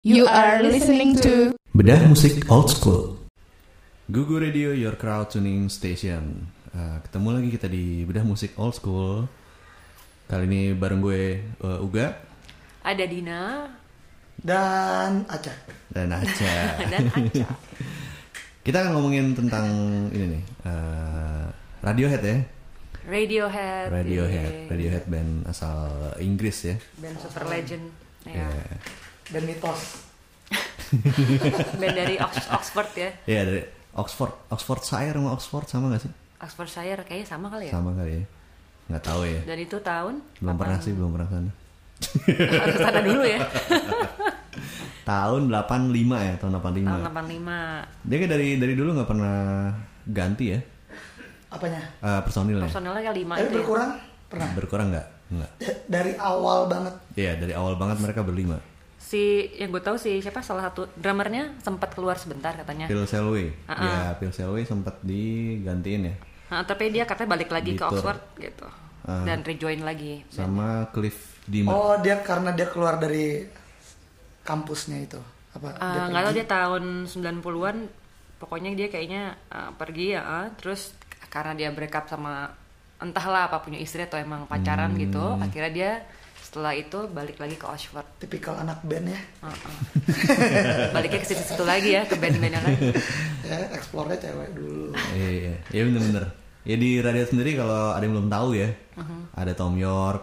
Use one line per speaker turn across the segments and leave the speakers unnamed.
You are listening to
Bedah musik old school.
Gugu Radio Your Crowd Tuning Station. Eh, ketemu lagi kita di bedah musik old school. Kali ini bareng gue eh, Uga
ada Dina
dan acak
dan Aca.
dan Aca.
kita akan ngomongin tentang ini nih eh, Radiohead ya.
Radiohead. iya.
Radiohead, Radiohead band asal Inggris ya.
Band super legend.
Ya,
Ya.
dan mitos
Band dari Ox- Oxford ya.
Ya, dari Oxford, Oxfordshire sama Oxford sama gak sih?
Oxfordshire kayaknya sama kali ya.
Sama kali ya. Nggak tahu ya.
Dan itu tahun
Belum pernah Nah. sih, belum pernah sana.
harus sana dulu ya.
Tahun 85 ya, tahun 85.
Tahun 85.
Dia kayak dari dari dulu nggak pernah ganti ya
apanya
eh, personilnya.
Personelnya kayak 5
tapi
itu. Ya.
berkurang pernah
Berkurang nggak? Nggak.
D- dari awal banget
Iya dari awal banget mereka berlima.
Si yang gue tahu sih siapa salah satu drummernya sempat keluar sebentar katanya.
Phil Selway.
Ah, ah.
Ya Phil Selway sempat digantiin ya
Nah, tapi dia katanya balik lagi
Di
ke
tour.
Oxford gitu.
Ah.
Dan rejoin lagi. Iya.
sama Cliff Dimmer.
oh dia karena dia keluar dari kampusnya itu apa
Eh,
dia
nggak tahu
pergi?
dia tahun 90-an pokoknya dia kayaknya eh, pergi ya eh. terus k- karena dia break up sama entahlah apa punya istri atau emang pacaran
Hmm.
gitu akhirnya dia setelah itu balik lagi ke Oxford
tipikal anak band ya
Heeh. baliknya ke situ-situ lagi ya ke band-band yang lain
ya explore-nya cewek dulu
Ah.
Iya iya. Iya bener-bener. Ya di radio sendiri kalau ada yang belum tahu ya
Mhm.
ada Tom York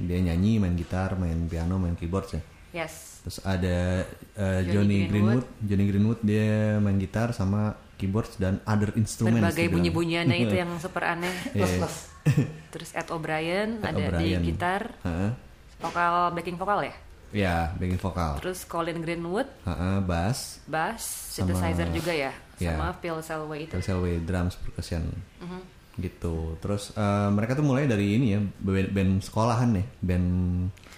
dia nyanyi, main gitar, main piano, main keyboard ya.
yes
Terus ada eh,
Johnny
Johnny, Greenwood. Johnny Greenwood dia main gitar sama keyboard dan other instruments. gitu kan.
berbagai
dibilang.
bunyi-bunyiannya itu yang super aneh
plus plus
terus Ed
Ed
O'Brien ada
O'Brien.
di gitar
Heeh.
vokal backing vokal ya
Ya, backing vokal.
terus Colin Greenwood
Heeh, bass,
bass synthesizer juga ya
Ya.
sama Phil Selway itu
Selway drums percussion.
Mhm.
Gitu. Terus eh, mereka tuh mulai dari ini ya, band, band sekolahan ya, band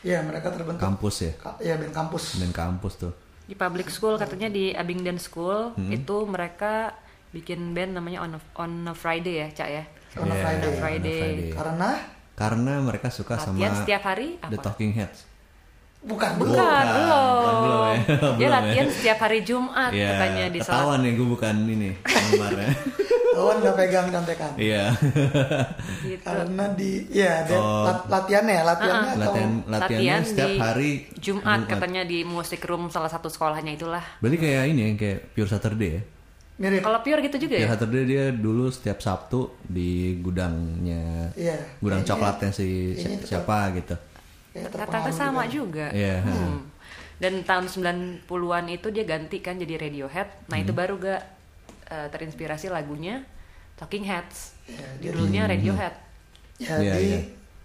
ya mereka terbentuk
kampus ya,
Ka- ya band kampus
band kampus tuh.
di public school katanya di Abingdon School
Hmm.
itu mereka bikin band namanya on a, on a Friday ya cak ya
On a
Yeah, on
Friday.
a
Friday.
karena
Iya, Karena mereka suka
latihan
sama
setiap hari apa
The Talking Heads.
bukan
bukan
belum
belum,
Ah, belum ya,
dia
belum ya.
latihan setiap hari Jumat
Iya,
Ah, katanya di salah
ketahuan ya gue bukan ini gambarnya.
Lawan nggak pegang contekan
Iya.
gitu
karena di ya dia lat- latihannya ya latihannya atau
Oh. Latihan latihannya
Latihan
setiap
di
hari
Jumat, katanya di music room salah satu sekolahnya itulah
Berarti kayak ini ya, kayak Pure Saturday ya.
mirip
kalau pure gitu juga ya
Pure Saturday dia dulu setiap Sabtu di gudangnya
Iya.
gudang
Kayaknya-
coklatnya si si-
kayaknya itu
siapa gitu.
kayak
kata-kata
terpengaruh gitu. ya.
sama juga
juga.
Iya.
Hmm. dan tahun 90-an itu dia ganti kan jadi Radiohead nah
Hmm.
itu baru gak eh, terinspirasi lagunya Talking Heads
Ya, dia
Hmm.
judulnya Radiohead
Jadi
Iya, iya.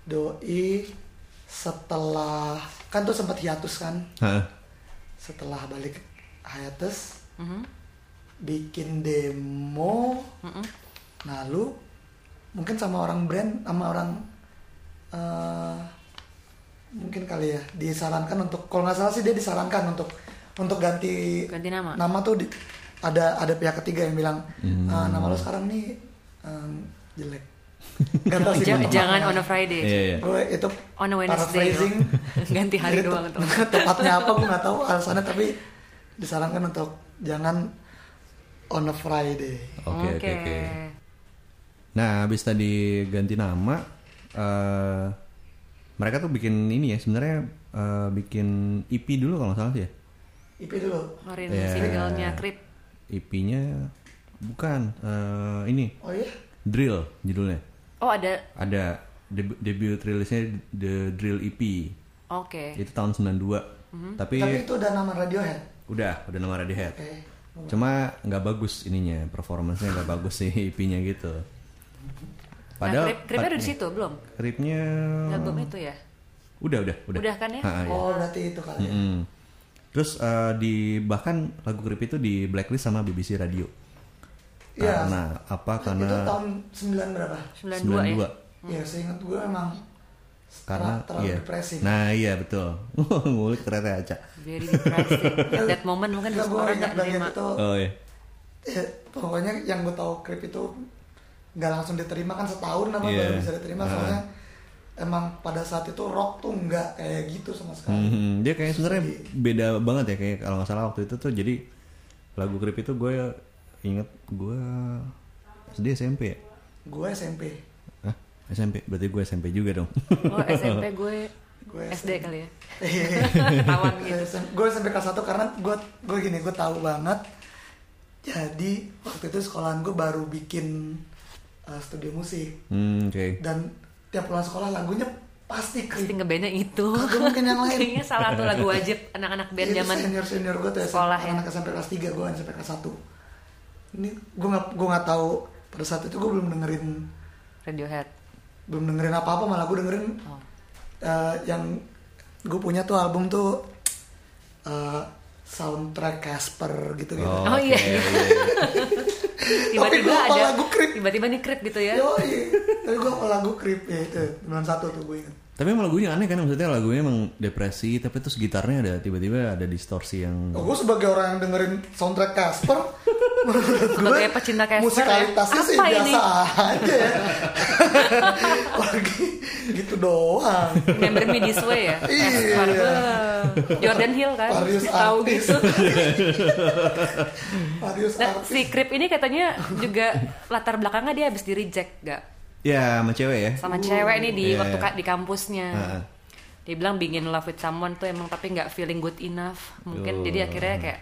doi setelah kan tuh sempat hiatus kan,
Hah.
setelah balik hiatus
Mhm.
bikin demo, lalu mungkin sama orang brand sama orang eh, mungkin kali ya disarankan untuk kalau nggak salah sih dia disarankan untuk untuk ganti
ganti nama
nama tuh di- ada ada pihak ketiga yang bilang
Hmm.
"Ah, nama lo sekarang nih em, jelek Nggak tahu sih
Ja-
gua
jangan on
tepatnya.
a Friday
Iya, iya.
gue itu
on a Wednesday
paraphrasing. Iya,
loh. ganti hari
Jadi
doang
tep-
tuh
tepatnya apa gue nggak tahu alasannya tapi disarankan untuk jangan on a Friday
Oke oke oke. Nah, habis tadi ganti nama, eh mereka tuh bikin ini ya sebenarnya eh, bikin EP dulu kalau nggak salah sih ya.
IP dulu
Keluarin
Iya.
singlenya Creep
EP-nya bukan eh, ini
oh iya
Drill judulnya.
oh ada
Ada deb- debut rilisnya The Drill EP.
oke
Itu tahun 92. Tapi,
tapi itu udah nama Radiohead
udah udah nama Radiohead.
oke
Cuma nggak bagus ininya, performance-nya nggak bagus sih EP-nya gitu.
nah,
Padahal
Creep Creepnya udah Nah, di situ belum
Kripnya
album itu ya
udah udah udah.
Udah kan ya?
Ha, ha,
oh berarti itu kali ya.
Mm. Terus eh, di bahkan lagu Krip itu di blacklist sama BBC Radio.
Iya.
Karena apa? Karena
itu tahun 9 berapa
92, ya
ya seingat gue emang
Karena
ter- terlalu
iya.
depresi
Nah, iya betul. ya, Ngulik ternyata Aca.
very depressing At that moment mungkin
Nggak,
semua orang
gue Kan ingat
nggak
bagian
terima
itu
Oh iya.
Ya, pokoknya yang gue tahu krip itu nggak langsung diterima kan setahun apa
Iya.
baru bisa diterima soalnya emang pada saat itu rock tuh nggak kayak gitu sama sekali
Mhm, Dia kayak sebenarnya
Jadi-
beda banget ya kayak kalau nggak salah waktu itu tuh jadi lagu Creep itu gue inget gue SD SMP ya?
gue SMP
Hah? SMP berarti gue SMP juga dong.
Oh SMP gue
Gue
SD
SMP.
kali ya.
Iya.
Tawan gitu.
gue SMP kelas 1 karena gue gue gini gue tahu banget jadi waktu itu sekolahan gue baru bikin uh, studio musik
hmm, Oke.
dan tiap pulang sekolah lagunya pasti
Pasti
krim
ngebandnya itu.
Kagak mungkin yang lain.
Kayaknya salah satu lagu wajib anak-anak band zaman
Iya, senior senior gue tuh
sekolah ya.
anak SMP kelas 3 gue SMP kelas 1 ini gue nggak gue nggak tahu pada saat itu gue belum dengerin
Radiohead.
belum dengerin apa apa malah gue dengerin
Oh.
eh, yang gue punya tuh album tuh eh, soundtrack Casper gitu gitu
Oh, iya.
oke,
Tapi
Tiba-tiba
Oh, gua hafal
ada
lagu Creep.
Tiba-tiba nih Creep gitu ya.
Yoi. Tapi gue apa lagu Creep ya itu 91 tuh gue inget.
Tapi emang lagunya aneh kan maksudnya lagunya emang depresi tapi terus gitarnya ada tiba-tiba ada distorsi yang
Oh, gue sebagai orang yang dengerin soundtrack Casper, menurut gue
Sebagai pecinta Casper, ya.
musikalitasnya sih
Apa
biasa
ini?
aja. ya. Lagi gitu doang.
Remember Me This Way ya.
Iya.
Escobar. Jordan Hill kan.
Various
Tahu
artis.
gitu.
Various
Nah,
artis.
si Creep ini katanya juga latar belakangnya dia habis di reject gak?
ya sama cewek ya.
sama cewek nih di
Iya,
waktu
iya.
ka- di kampusnya.
Heeh.
Dia bilang bikin love with someone tuh emang tapi nggak feeling good enough.
Tuh.
Mungkin jadi akhirnya kayak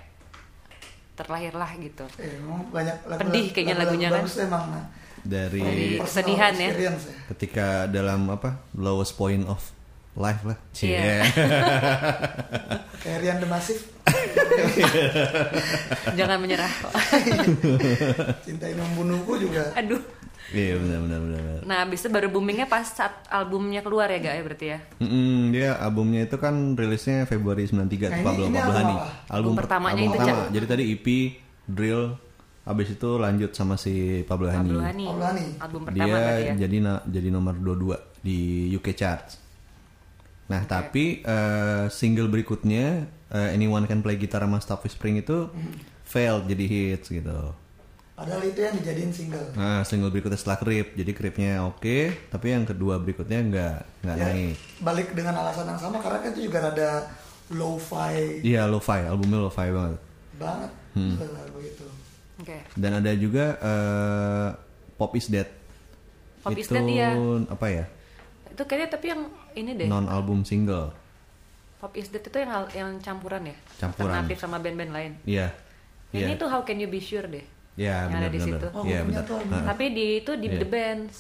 terlahirlah gitu.
Eh, emang banyak lagu
Pedih kayaknya lagunya kan.
bagus emang. nah.
Dari
Dari
Personal
kesedihan ya.
experience ya.
ketika dalam apa lowest point of life lah. Cie.
Iya.
Kayak Rian The Massive,
Jangan menyerah.
Cinta Ini Membunuhku juga.
Aduh.
Iya benar benar benar. benar.
Nah, abis itu baru boomingnya pas saat albumnya keluar ya gak ya berarti ya?
Mm-mm, dia albumnya itu kan rilisnya Februari 93
Nah,
tuh, Pablo
ini-
Pablo
ini album
Hani.
apa?
Album pertamanya
album
itu,
pertama.
Cak.
Jadi tadi EP drill habis itu lanjut sama si Pablo Hani.
Pablo Hani.
Pablo Hani.
Album
Dia
pertama berarti ya.
jadi na- jadi nomor 22 di UK charts. Nah, tapi eh, single berikutnya eh, Anyone Can Play Guitar sama Stop Whispering itu
Mm-hmm.
failed jadi hits gitu.
Padahal itu yang dijadiin single.
Nah, single berikutnya setelah Creep, jadi Creepnya oke, tapi yang kedua berikutnya nggak nggak
Iya.
Ya,
naik.
balik dengan alasan yang sama karena kan itu juga ada lo-fi
Iya, lo-fi, albumnya lo-fi banget.
banget lagu itu.
Oke.
Dan ada juga eh, Pop Is Dead.
Pop
itu
Is Dead, iya.
apa ya?
Itu kayaknya tapi yang ini deh.
Non album single.
Pop Is Dead itu yang al- yang campuran ya?
Campuran.
Alternatif sama band-band lain.
Iya. Iya.
Ini tuh How Can You Be Sure deh.
Iya,
yang ada
benar
di
benar.
situ.
benar. Iya,
punya
benar.
Oh, tuh album.
Nah,
Tapi di itu di
Iya.
The Bands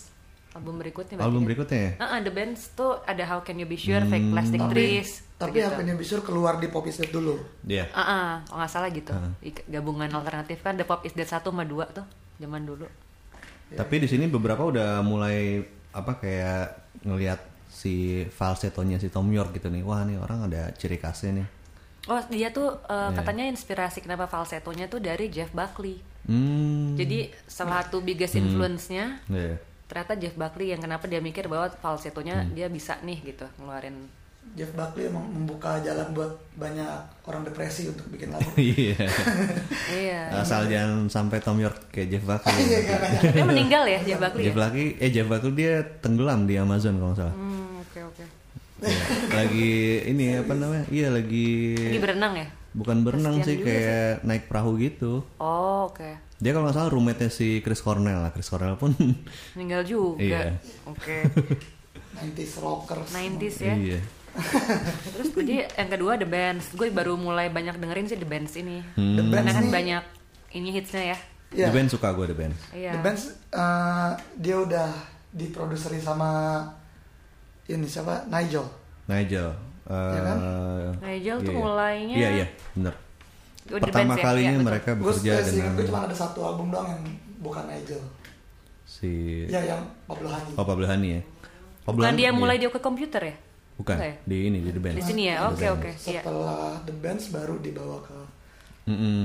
album berikutnya. berarti
album
ya?
berikutnya ya?
Ah, ah, The Bands tuh ada How Can You Be Sure, Fake
Hmm.
Plastic
Tapi,
Trees.
tapi
gitu.
ya?
HP-nya Bisur keluar di Poppy Set dulu.
Iya.
Ah, ah, kalau nggak salah gitu. Di- Gabungan alternatif kan The Pop Is Dead 1 sama 2 tuh zaman dulu.
Tapi di sini beberapa udah mulai apa kayak ngelihat si falsetonya si Tom York gitu nih. Wah, nih orang ada ciri khasnya nih.
Oh, dia tuh
Iya.
eh, katanya inspirasi kenapa falsetonya tuh dari Jeff Buckley.
Hmm.
Jadi salah satu biggest influence-nya
Iya.
ternyata Jeff Buckley yang kenapa dia mikir bahwa falsetonya
Hmm.
dia bisa nih gitu ngeluarin
Jeff Buckley emang membuka jalan buat banyak orang depresi untuk bikin lagu.
Iya.
Iya.
Asal jangan sampai Tom York kayak Jeff
Iya
Buckley.
karena
Dia meninggal ya Jeff Buckley.
Jeff
ya?
Buckley, eh Jeff Buckley dia tenggelam di Amazon kalau nggak salah.
Hmm, oke oke.
Iya. lagi ini apa namanya? Iya lagi
Lagi berenang ya?
bukan berenang
Kasihan
sih
juga
kayak naik perahu gitu.
Oh, oke.
Dia kalau nggak salah roommate si Chris Cornell lah. Chris Cornell pun
Meninggal
Iya.
juga. Oke.
90s rockers.
90s ya.
iya.
Terus jadi yang kedua The Bands. Gue baru mulai banyak dengerin sih The Bands ini.
The Hmm. Bands
Karena kan
nih-
banyak ini hitsnya ya.
Hmm.
Iya.
The band suka gue The band.
Iya.
The Bands eh, dia udah diproduseri sama ini siapa? Nigel.
Nigel. eh,
kan?
Nigel tuh
iya.
mulainya-
Iya iya benar.
Oh, The
Pertama
Bands ya?
kalinya
Iya, betul.
mereka
Gue
bekerja dengan
gue cuma ada satu album doang yang bukan Nigel.
si
Ya yang Pablo Hani.
Oh Iya. Pablo Hani ya. Pablo
Bukan
Hani-
dia mulai
iya.
dia ke komputer ya?
Bukan
Enggak ya?
di ini di The band.
Di sini ya. Oke oke. Iya.
Setelah The Bands baru dibawa ke
Mm-mm.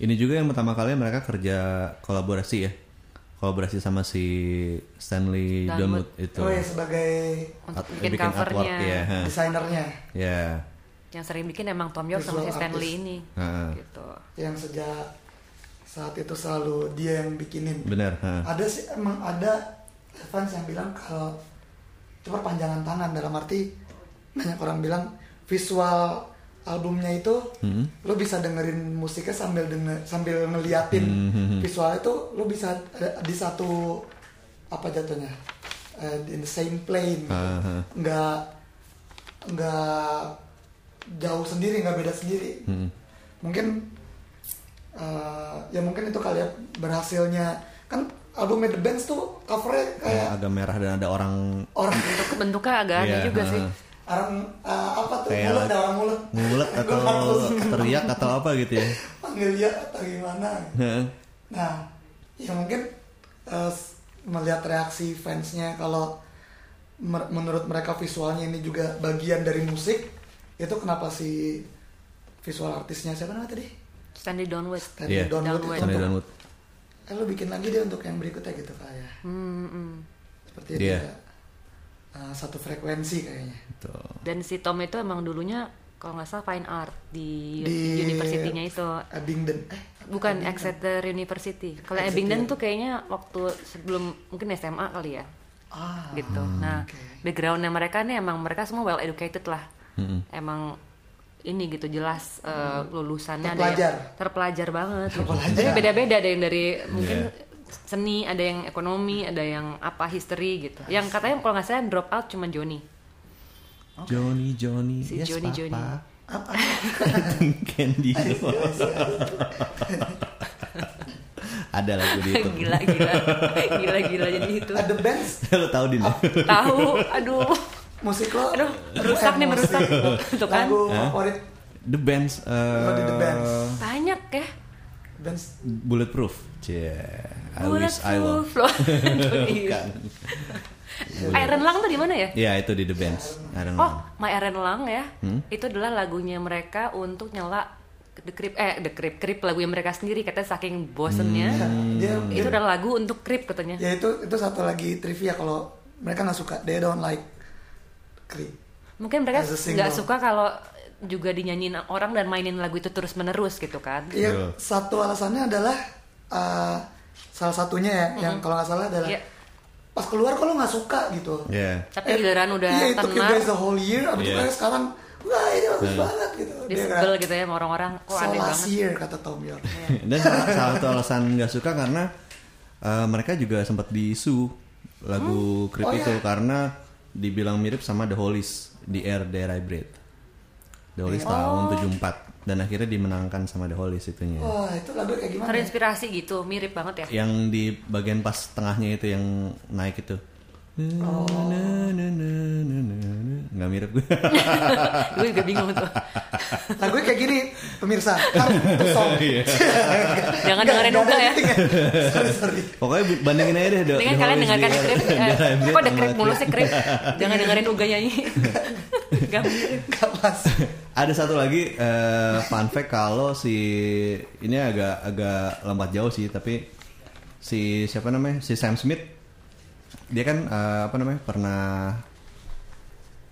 Ini juga yang pertama kali mereka kerja kolaborasi ya. Kolaborasi sama si Stanley Dunwood
Dunwood.
itu.
Oh ya sebagai
iya. Untuk
Art-
bikin covernya.
ya. ha.
desainernya
Ya.
Yang sering bikin emang Tom York sama si
Visual
Stanley
artist.
ini.
Ha.
Gitu.
yang sejak saat itu selalu dia yang bikinin.
Benar. ha.
Ada sih emang ada fans yang bilang kalau itu perpanjangan tangan dalam arti banyak orang bilang visual albumnya itu lo bisa dengerin musiknya sambil denger, sambil ngeliatin visual itu lo bisa ada di satu apa jatuhnya Eh, in the same plane gitu.
Aha.
nggak nggak jauh sendiri nggak beda sendiri mungkin eh, ya mungkin itu kali ya berhasilnya kan albumnya The Bands tuh covernya
Ya,
kayak
agak merah dan ada orang
orang
bentuk bentuknya agak aneh
Iya,
juga
ha.
sih
orang eh, apa tuh
Kayak-
mulut ada orang mulut
ngulet
Gua
atau
harus
teriak atau apa gitu ya.
panggil dia atau gimana
Heeh.
nah ya mungkin eh, s- melihat reaksi fansnya kalau mer- menurut mereka visualnya ini juga bagian dari musik itu kenapa si visual artisnya siapa namanya tadi
Stanley Downward
Tadi
Iya.
download
Download.
itu
Sunny
untuk,
Downwood.
eh, lu bikin lagi deh untuk yang berikutnya gitu kayak
Hmm, hmm.
seperti itu
Iya.
ya. Eh, satu frekuensi kayaknya
Gitu.
dan si Tom itu emang dulunya kalau nggak salah fine art di,
Di-
university-nya itu
Abingdon eh
bukan Exeter University kalau
Exeter.
Abingdon tuh kayaknya waktu sebelum mungkin SMA kali ya
ah
gitu nah
oke.
backgroundnya mereka nih emang mereka semua well educated lah emang ini gitu jelas eh, lulusannya ada yang-
Terpelajar.
terpelajar banget gitu.
Terpelajar.
tapi beda-beda ada yang dari mungkin seni ada yang ekonomi ada yang apa history gitu yang katanya kalau nggak salah yang drop out cuma Joni
Johnny Johnny
Si
yes
Johnny,
papa
Johnny.
Candy ada lagu di
Gitu.
itu
gila gila gila gila jadi itu
Nah, The Bands
lo tau din ya?
tahu aduh
musik lo
Aduh, merusak nih,
emosi.
merusak. Tuh kan.
lagu favorit
The Bands
Lo di The Bands.
eh
banyak ya
Bands
Bulletproof yeah. I wish I
Bulletproof
was
loh. Iya. Iron Lang tuh di mana ya
ya itu di The Bands I
Hmm.
don't
Oh,
know
My Iron Lang ya. Itu adalah lagunya mereka untuk nyela The Creep eh The Creep Creep lagunya mereka sendiri katanya saking bosennya.
Hmm.
dia,
Itu
Iya. dia-
adalah lagu untuk Creep katanya.
ya itu itu satu lagi trivia kalau mereka nggak suka they don't like creep
Mungkin mereka
As a single.
nggak suka kalau juga dinyanyiin orang dan mainin lagu itu terus-menerus gitu kan.
Iya, satu alasannya adalah eh, salah satunya ya, yang kalau nggak salah adalah
Iya.
pas keluar kalau nggak suka gitu.
yeah.
Tapi giliran udah
Iya, itu
tenar.
guys the whole year, abis itu
Iya.
kayak sekarang wah ini bagus banget gitu. Dia
Disebel gitu ya sama orang-orang. Kok
so
aneh
last
banget. Iya.
year kata Tom York.
dan salah, salah satu alasan nggak suka karena eh, mereka juga sempat diisu
Hmm?
lagu Creep
Oh,
itu
iya?
ya?
karena dibilang mirip sama The Hollies di Air There I Breathe. The Hollies
Oh.
tahun 74 dan akhirnya dimenangkan sama The Hollies itunya.
Oh.
Wah itu lagu kayak gimana? ya?
Terinspirasi gitu, mirip banget ya.
Yang di bagian pas tengahnya itu yang naik itu.
Oh.
Nggak mirip gue.
Gue juga bingung tuh.
Lagunya kayak gini pemirsa. Kan, itu song.
Iya.
Jangan
Nggak,
dengerin
nggak
uga ya.
penting sorry sorry.
Pokoknya bandingin aja deh. The-
Dengan
The
kalian
Hollies di
dengarkan
Air-
krip,
There I
eh,
Breathe
kok ada
sama
krip
Creep.
mulu sih krip? Jangan dengerin Uga nyanyi. Gak mirip.
Nggak pas.
Ada satu lagi eh, fun fact kalau si ini agak agak lambat jauh sih tapi si siapa namanya si Sam Smith dia kan eh, apa namanya pernah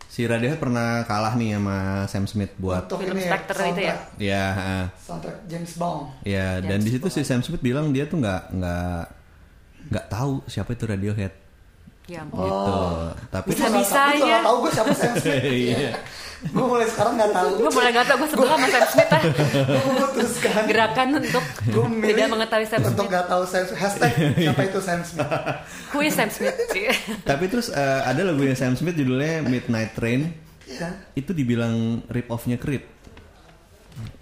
si Radiohead pernah kalah nih sama Sam Smith buat
Untuk
Film
ini ya,
Spectre itu ya?
soundtrack-
ya eh,
soundtrack James Bond.
ya dan
James
di situ si Sam Smith bilang dia tuh nggak nggak nggak tahu siapa itu Radiohead
Ya ampun.
Oh.
gitu tapi
Gua nggak
Bisa-bisanya.
tahu, gua nggak tahu gue siapa Sam Smith.
Iya.
Gue mulai sekarang nggak tahu.
Gue boleh nggak tau gue sebel sama Sam Smith ah.
Gue memutuskan.
Gerakan untuk
Gue memilih
tidak mengetahui Sam
Untuk
Smith.
nggak tahu Sam Smith. Hashtag siapa itu Sam Smith.
Who is Sam Smith?
tapi terus eh, ada lagunya Sam Smith judulnya Midnight Train
Iya.
itu dibilang rip offnya Creed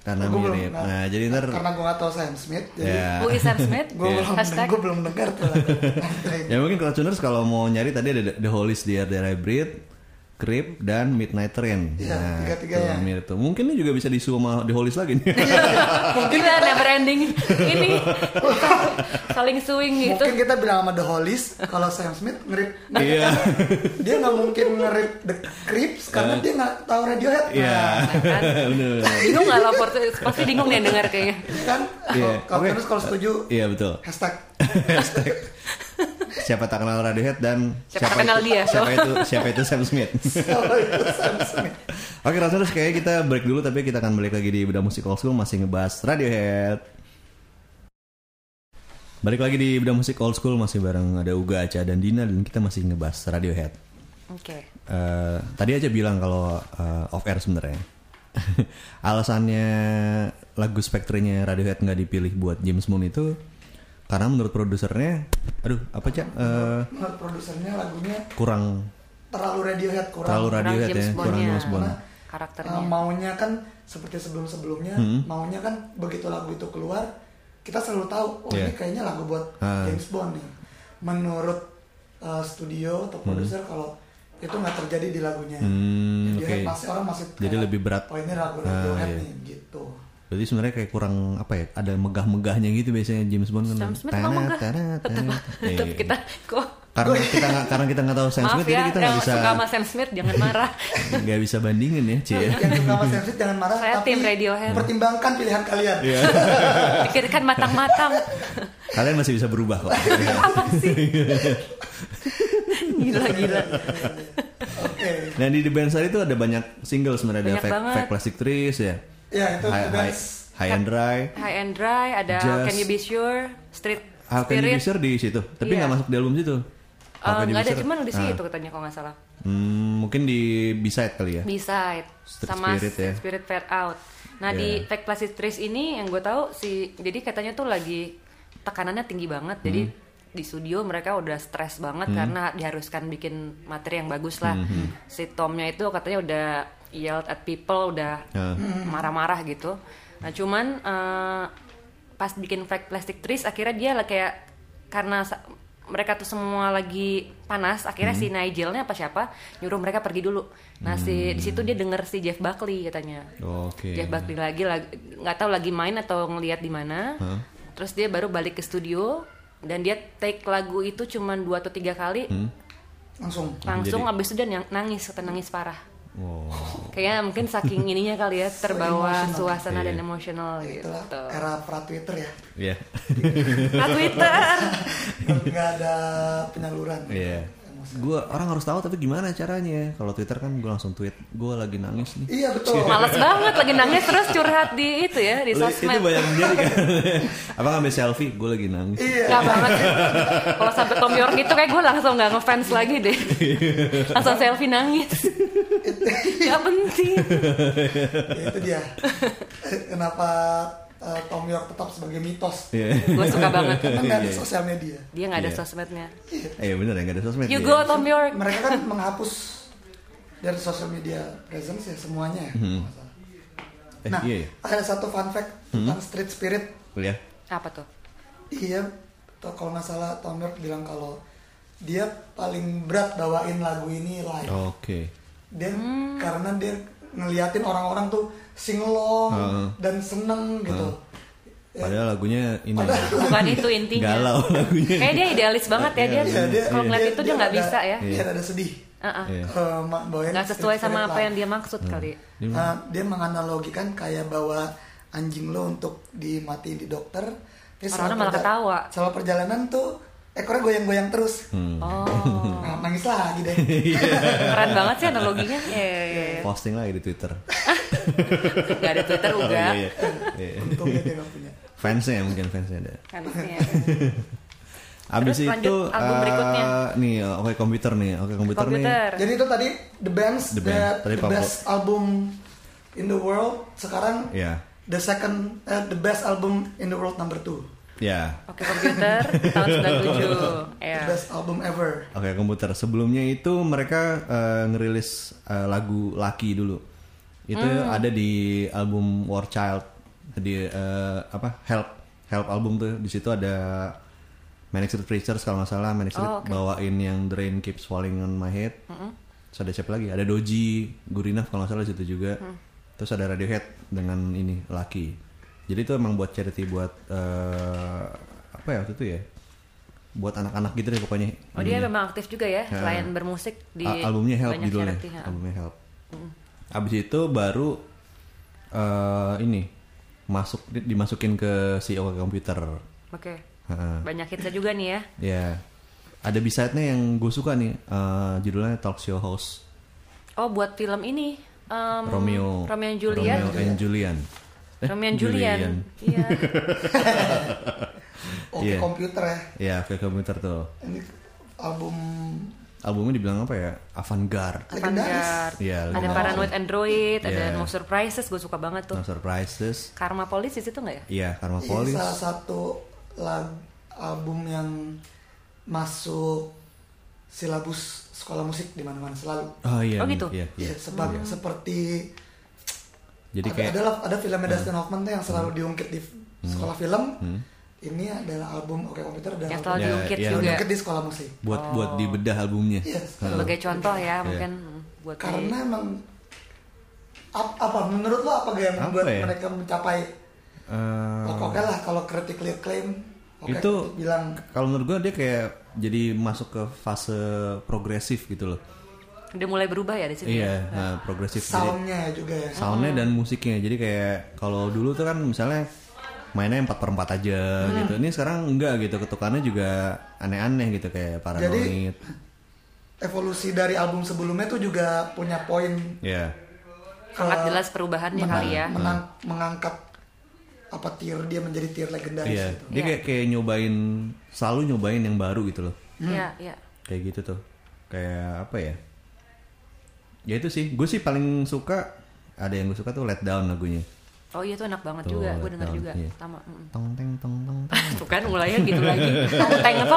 karena
Oh, Gua belum-
mirip nah jadi ntar
Karena gue nggak tahu Sam Smith. Jadi
ya
Who is Sam Smith?
gue belum
Hashtag
gue belum dengar tuh lagu.
ya mungkin keracuner's kalau mau nyari tadi ada The Hollies Dear Dear I Breathe Creep dan Midnight Train
Iya,
nah
tiga-tiganya. Iya.
tuh, mirip tuh mungkin ini juga bisa disu sama The Hollies lagi nih
mungkin never ending ini saling suing gitu.
Mungkin kita bilang sama The Hollies kalau Sam Smith ngerip
iya
dia nggak mungkin ngerip The Crips karena dia nggak tahu Radiohead. Nah,
Nah. iya
Kan?
bener
Bingung nggak lo? Fortu- Pasti bingung nih yang denger kayaknya.
kan
Iya,
kalau
oke.
terus kalau setuju
iya betul
hashtag
siapa tak kenal Radiohead dan
Siapa kenal
itu,
dia.
siapa itu siapa itu Sam Smith
kalau itu Sam Smith
Oke Rasuners kayaknya kita break dulu tapi kita akan balik lagi di Bedah Musik Old School masih ngebahas Radiohead. Balik lagi di Bedah Musik Old School masih bareng ada Uga, Aca, dan Dina dan kita masih ngebahas Radiohead.
Oke.
Eh, tadi aja bilang kalau eh, off air sebenarnya. Alasannya lagu Spectre-nya Radiohead nggak dipilih buat James Moon itu karena menurut produsernya, aduh apa cak Eh,
Menurut produsernya lagunya
kurang
terlalu radiohead kurang.
terlalu Radiohead
James
ya, kurang
Bond-nya.
James Bond.
Karena,
Karakternya.
eh, maunya kan seperti sebelum-sebelumnya,
Hmm.
maunya kan begitu lagu itu keluar, kita selalu tahu, oh ini
Iya.
kayaknya lagu buat
Ah.
James Bond nih. Menurut eh, studio atau produser kalau itu nggak terjadi di lagunya.
Hmm, oke.
Radiohead masih orang masih
Jadi
kayak,
lebih berat.
Oh ini lagu
Ah,
Radiohead
iya.
nih gitu.
Berarti sebenarnya kayak kurang apa ya? Ada megah-megahnya gitu biasanya James Bond kan.
Sam Smith emang megah.
Tana, tana, tana.
Tetap
Iya.
kita kok
karena kita nggak karena kita nggak tahu Sam
maaf
Smith
ya
jadi kita
yang
nggak bisa
suka Iya, sama Sam Smith jangan marah.
nggak bisa bandingin ya cie
Yang suka sama Sam Smith jangan marah,
Saya
tapi
tim Radiohead.
pertimbangkan pilihan kalian.
Iya.
Pikirkan matang-matang.
kalian masih bisa berubah kok
Apa sih? Gila gila.
Oke.
nah di The Bandstar itu ada banyak single sebenarnya ada
Banyak
fake,
banget.
fake Plastic Trees ya
Ya itu
high, high,
best.
high and Dry
High and Dry ada How
Just-
Can You Be Sure, Street
How Can You Be
Spirit.
Sure di situ tapi
Iya.
nggak masuk di album situ How
Eh,
Can You
nggak
Be
ada
Sure?
cuman di
Ah.
situ katanya kalau nggak salah.
Hmm, mungkin di B-side kali ya
Beside
Street
sama
Spirit
Spirit,
ya.
Spirit Fade Out. Nah di
Yeah.
Fake Plastic Trees ini yang gue tahu si jadi katanya tuh lagi tekanannya tinggi banget. Jadi
Hmm.
di studio mereka udah stres banget karena diharuskan bikin materi yang bagus lah.
Hmm,
Si Tomnya itu katanya udah yelled at people, udah
Yeah.
marah-marah gitu. Nah cuman eh, pas bikin Fake Plastic Trees akhirnya dia lah kayak karena sa- mereka tuh semua lagi panas akhirnya
Hmm.
si Nigelnya apa siapa nyuruh mereka pergi dulu nah si di situ dia denger si Jeff Buckley katanya
Hmm. oke
Jeff Buckley lagi lagi- nggak tahu lagi main atau ngelihat di mana terus dia baru balik ke studio dan dia take lagu itu cuman dua atau tiga kali
Langsung.
Hmm.
langsung
Jadi-
abis itu dia nyang- nangis kata nangis parah
Wow.
kayaknya mungkin saking ininya kali ya terbawa
emotional. Nah,
suasana
Iya.
dan emosional gitu
Itulah era pra Twitter ya.
Iya.
Nah, Twitter
nggak ada penyaluran.
Iya. Gua orang harus tahu tapi gimana caranya? Kalau Twitter kan gue langsung tweet, gue lagi nangis nih.
Iya betul.
Males banget lagi nangis terus curhat di itu ya di
Lu- Itu
sosmed.
banyak terjadi kan. Apa ngambil selfie? Gue lagi nangis.
Gak banget. Kalau sampai Tom York gitu kayak gue langsung nggak ngefans lagi deh. Langsung selfie nangis. Gak penting.
Ya, itu dia. Kenapa eh, Tom York tetap sebagai mitos?
Iya.
Gue suka banget.
Karena nggak ada sosial media.
Dia nggak ada
Iya.
sosmednya.
Eh bener ya nggak ada sosmed.
You
ya?
go Tom York.
Mereka kan menghapus dari sosial media presence ya semuanya. ya, kalau nggak salah.
Hmm. Eh,
Nah,
iya, Hmm. ya?
ada satu fun fact tentang street spirit.
Kuliah.
Apa tuh?
Iya, atau kalau nggak salah Tom York bilang kalau dia paling berat bawain lagu ini live.
Oke.
dia
Hmm.
karena dia ngeliatin orang-orang tuh singelong
Heeh.
dan seneng gitu
Padahal lagunya ini. ya,
Bukan itu intinya.
Galau lagunya.
Kayak dia idealis banget ya dia.
Iya, dia-
Kalau ngeliat itu dia nggak
rada-
bisa ya.
dia rada sedih
Uh-uh.
Iya.
Eh, ma- bawain
Nggak sesuai
spirit
sama apa
lah.
yang dia maksud kali.
Eh, dia menganalogikan kayak bawa anjing lo untuk dimatiin di dokter terus
Orang-orang malah
perja-
ketawa.
selama perjalanan tuh ekornya goyang-goyang terus
Hmm.
Oh,
Nah, nangis lagi deh
Iya.
keren banget sih analoginya. Iya, iya, iya.
Posting lagi di Twitter.
Nggak ada Twitter
Oh,
udah.
iya, iya. Iya.
untungnya dia nggak punya
Fansnya ya, mungkin fansnya ada.
Fansnya.
Abis
Terus
itu
lanjut album
eh,
berikutnya.
nih oke komputer nih oke komputer,
komputer.
Jadi itu tadi The Bands,
The
the,
Band. Tadi
the
Pablo.
best album in the world. Sekarang
nih. Ya.
the second, eh, the best album in the world number two,
Ya.
Oke komputer tahun 97 ya.
the best album ever.
Oke komputer. Sebelumnya itu mereka eh, ngerilis eh, lagu Lucky dulu. Itu
Hmm.
ada di album War Child di eh, apa Help Help album tuh di situ ada Manic Street Preachers kalau nggak salah Manic Street
Oh, oke. Hmm.
bawain yang The Rain Keeps Falling on My Head. Terus ada siapa lagi? Ada Doji, Gurinaf kalau nggak salah di situ juga.
Hmm.
Terus ada Radiohead dengan ini Lucky. Jadi itu emang buat charity buat eh, apa ya waktu itu ya? Buat anak-anak gitu deh pokoknya.
Oh dia memang aktif juga ya selain bermusik di
Al- Iya. albumnya Help
banyak ya.
judulnya
charity, ha.
albumnya Help abis itu baru eh, ini masuk di- dimasukin ke si Oka komputer
Oke.
Heeh.
Banyak hitsnya juga nih ya.
ya ada beside nya yang gue suka nih eh, judulnya talk show house
Oh buat film ini em,
Romeo
Hmm, Romeo and Juliet.
Romeo and Julian Eh,
Romeo and Julian. Iya.
Oke
Iya.
komputer ya.
ya Oka komputer tuh
Ini album
albumnya dibilang apa ya? Avant-garde.
Avantgarde,
Iya,
ada
legendaris.
Paranoid Android, ada
Iya.
No Surprises, gue suka banget tuh.
No surprises.
Karma Police itu nggak ya?
Iya, Karma
Ini
Police.
salah satu lag- album yang masuk silabus sekolah musik di mana-mana selalu.
Oh iya.
Oh, gitu?
Iya, iya.
Iya, sepa- seperti
Jadi
ada,
kayak Hmm.
ada, lah- ada filmnya Dustin Hoffman tuh yang selalu diungkit di sekolah film. Ini adalah album Oke Komputer dan
Yang selalu
Iya,
diungkit
iya.
juga.
diungkit di sekolah musik.
buat buat dibedah albumnya.
Yes.
Sebagai contoh
Iya.
ya, mungkin buat
Karena emang ap- apa menurut lo apa yang
Apa
membuat
ya?
mereka mencapai
Eh,
oke oke lah kalau critically acclaim oke
itu
kritik bilang
kalau menurut gua dia kayak jadi masuk ke fase progresif gitu loh.
udah mulai berubah ya di sini.
Iya, nah, progresif. Jadi-
soundnya ya juga ya.
soundnya dan musiknya jadi kayak kalau dulu tuh kan misalnya mainnya empat per empat aja gitu ini sekarang enggak gitu ketukannya juga aneh-aneh gitu kayak paranoid
Evolusi dari album sebelumnya tuh juga punya poin
ya
Sangat
eh,
jelas perubahannya kali ya.
menang- mengangkat apa tier dia menjadi tier legendaris
iya
gitu.
dia
Iya.
kayak kayak nyobain selalu nyobain yang baru gitu loh
Hmm.
Iya, iya.
kayak gitu tuh kayak apa ya ya itu sih gue sih paling suka ada yang gue suka tuh let down lagunya
Oh iya tuh enak banget
Tuh,
juga, gue denger
down,
juga.
iya.
Sama. mm.
tong teng tong tong teng
Tuh kan mulainya gitu lagi. Tenteng apa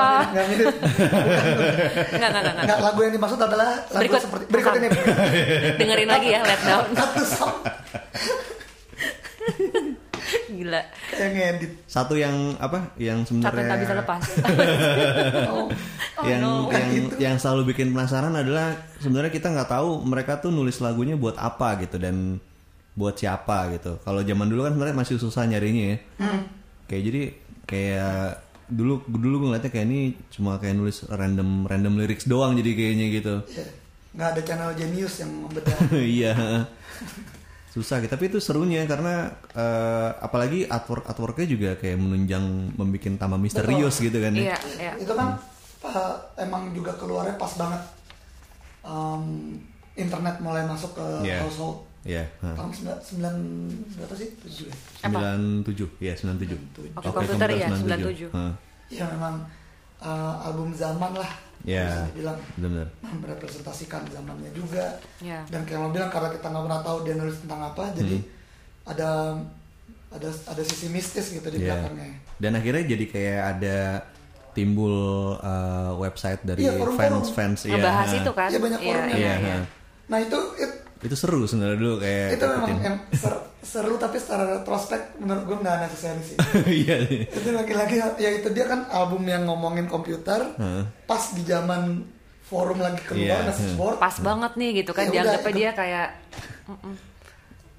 apa?
Nggak mirip.
Enggak, enggak, enggak.
Nggak, lagu yang dimaksud adalah lagu
Berikut.
seperti berikut ini.
Dengerin lagi ya, let down.
Satu song
Gila.
yang ngedit.
satu yang apa yang
Satu
sebenarnya
tak bisa lepas.
Oh,
Oh,
yang
no.
yang yang selalu bikin penasaran adalah sebenarnya kita nggak tahu mereka tuh nulis lagunya buat apa gitu dan buat siapa gitu. Kalau zaman dulu kan sebenarnya masih susah nyarinya ya. Kayak jadi kayak dulu dulu gue ngeliatnya kayak ini cuma kayak nulis random random lyrics doang jadi kayaknya gitu.
iya. nggak ada channel Genius yang membedah.
Iya. Susah gitu, tapi itu serunya karena eh, apalagi artwork artworknya juga kayak menunjang membuat tambah misterius gitu kan ya.
Iya, iya.
Itu kan eh, emang juga keluarnya pas banget em, internet mulai masuk ke
Iya.
household
Iya. heeh.
tahun sembilan, sembilan berapa sih? Tujuh ya?
97 ya 97
Oke, komputer ya, 97.
Heeh.
Ya memang eh, album zaman lah.
Iya.
Bisa dibilang
benar
merepresentasikan zamannya juga.
Iya.
Dan kayak lo bilang karena kita nggak pernah tahu dia nulis tentang apa, jadi
Hmm.
ada ada ada sisi mistis gitu di
Iya.
belakangnya.
dan akhirnya jadi kayak ada timbul eh, website dari
Iya,
fans
forum-forum.
fans ya
Ngebahas itu kan.
Iya, banyak forumnya.
iya, iya.
Nah itu it-
itu seru sebenarnya dulu kayak
itu memang
ikutin.
em, ser- seru tapi secara retrospek menurut gue nggak necessary sih.
iya
itu lagi-lagi ya itu dia kan album yang ngomongin komputer
Heeh.
pas di zaman forum lagi keluar
Hmm. Iya,
message
heeh.
board
Pas banget nih gitu kan
Ya udah,
dianggapnya
ikut.
dia kayak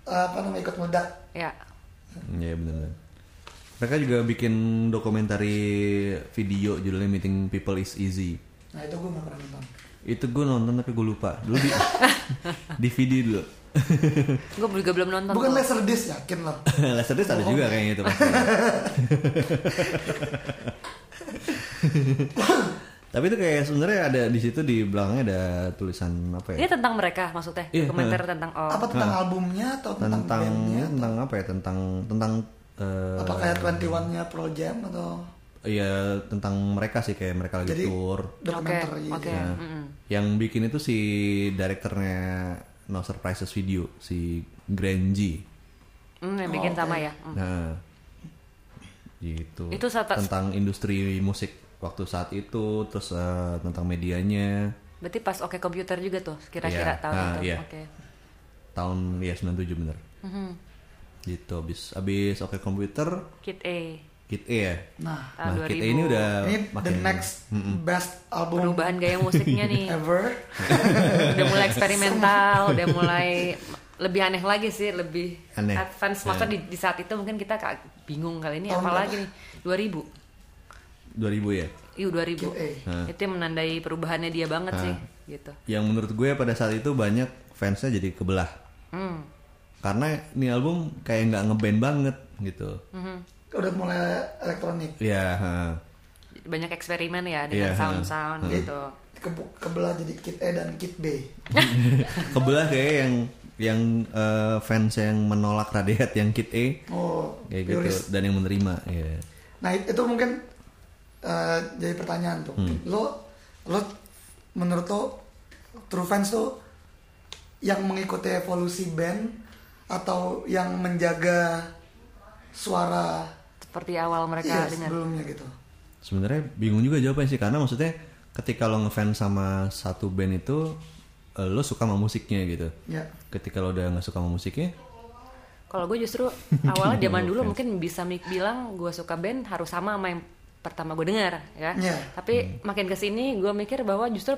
apa namanya ikut meledak
ya
iya benar mereka juga bikin dokumentari video judulnya meeting people is easy
nah itu gue nggak pernah nonton
itu gue nonton tapi gue lupa dulu di DVD dulu
gue juga belum nonton
bukan
tuh.
laser disc yakin lah
Laserdisc ada juga kayaknya itu pasti. Tapi itu kayak sebenarnya ada di situ di belakangnya ada tulisan apa ya?
Ini tentang mereka maksudnya,
Iya,
komentar
heeh.
tentang oh.
apa tentang albumnya atau tentang,
Nah. Tentang
bandnya
tentang apa ya? Tentang tentang eh,
apa kayak 21 nya Pro Jam atau
ya tentang mereka sih kayak mereka lagi
Jadi-
tour.
Oke,
dokumenter gitu
oke.
Nah, Yang bikin itu si direkturnya No Surprises Video si Granji.
Hmm, yang
Oh,
bikin sama ya. Hmm.
Nah, gitu.
Itu saat-
tentang industri musik waktu saat itu, terus eh, tentang medianya
Berarti pas oke komputer juga tuh kira-kira
Iya,
tahun
ah,
itu.
iya.
Oke.
tahun ya 97 bener.
Mhm.
Gitu abis abis oke komputer
Kid A
Kid E ya.
nah
tahun
nah,
2000.
Kid E ini udah
ini the
makin-
next best album
perubahan gaya musiknya nih.
ever
udah mulai eksperimental, udah mulai lebih aneh lagi sih, lebih
Aneh. Iya.
advance. Maksudnya di, di saat itu mungkin kita kayak bingung kali ini
Tahun
apalagi nih 2000.
2000 ya.
Iu 2000.
Kid A.
Itu yang menandai perubahannya dia banget sih gitu.
Yang menurut gue pada saat itu banyak fansnya jadi kebelah.
Hmm.
Karena ini album kayak nggak ngeband banget gitu.
Mm.
udah mulai elektronik
Ya, heeh.
Banyak eksperimen ya dengan
Iya,
sound-sound
heeh.
gitu.
Kebu- kebelah jadi Kid A dan Kid B
kebelah kayak yang yang eh, fans yang menolak Radiat yang Kid E
oh
kayak gitu
purist.
dan yang menerima ya
Nah it- itu mungkin eh, jadi pertanyaan tuh. Lo lo menurut lo true fans tuh yang mengikuti evolusi band atau yang menjaga suara
Seperti awal mereka
iya,
dengan
sebelumnya gitu
Sebenarnya bingung juga jawabnya sih karena maksudnya ketika lo ngefans sama satu band itu eh, lo suka sama musiknya gitu.
ya
Ketika lo udah nggak suka sama musiknya,
Kalau gue justru awalnya zaman dulu mungkin bisa mi- bilang gue suka band harus sama sama yang pertama gue dengar ya.
Iya.
Tapi makin kesini gue mikir bahwa justru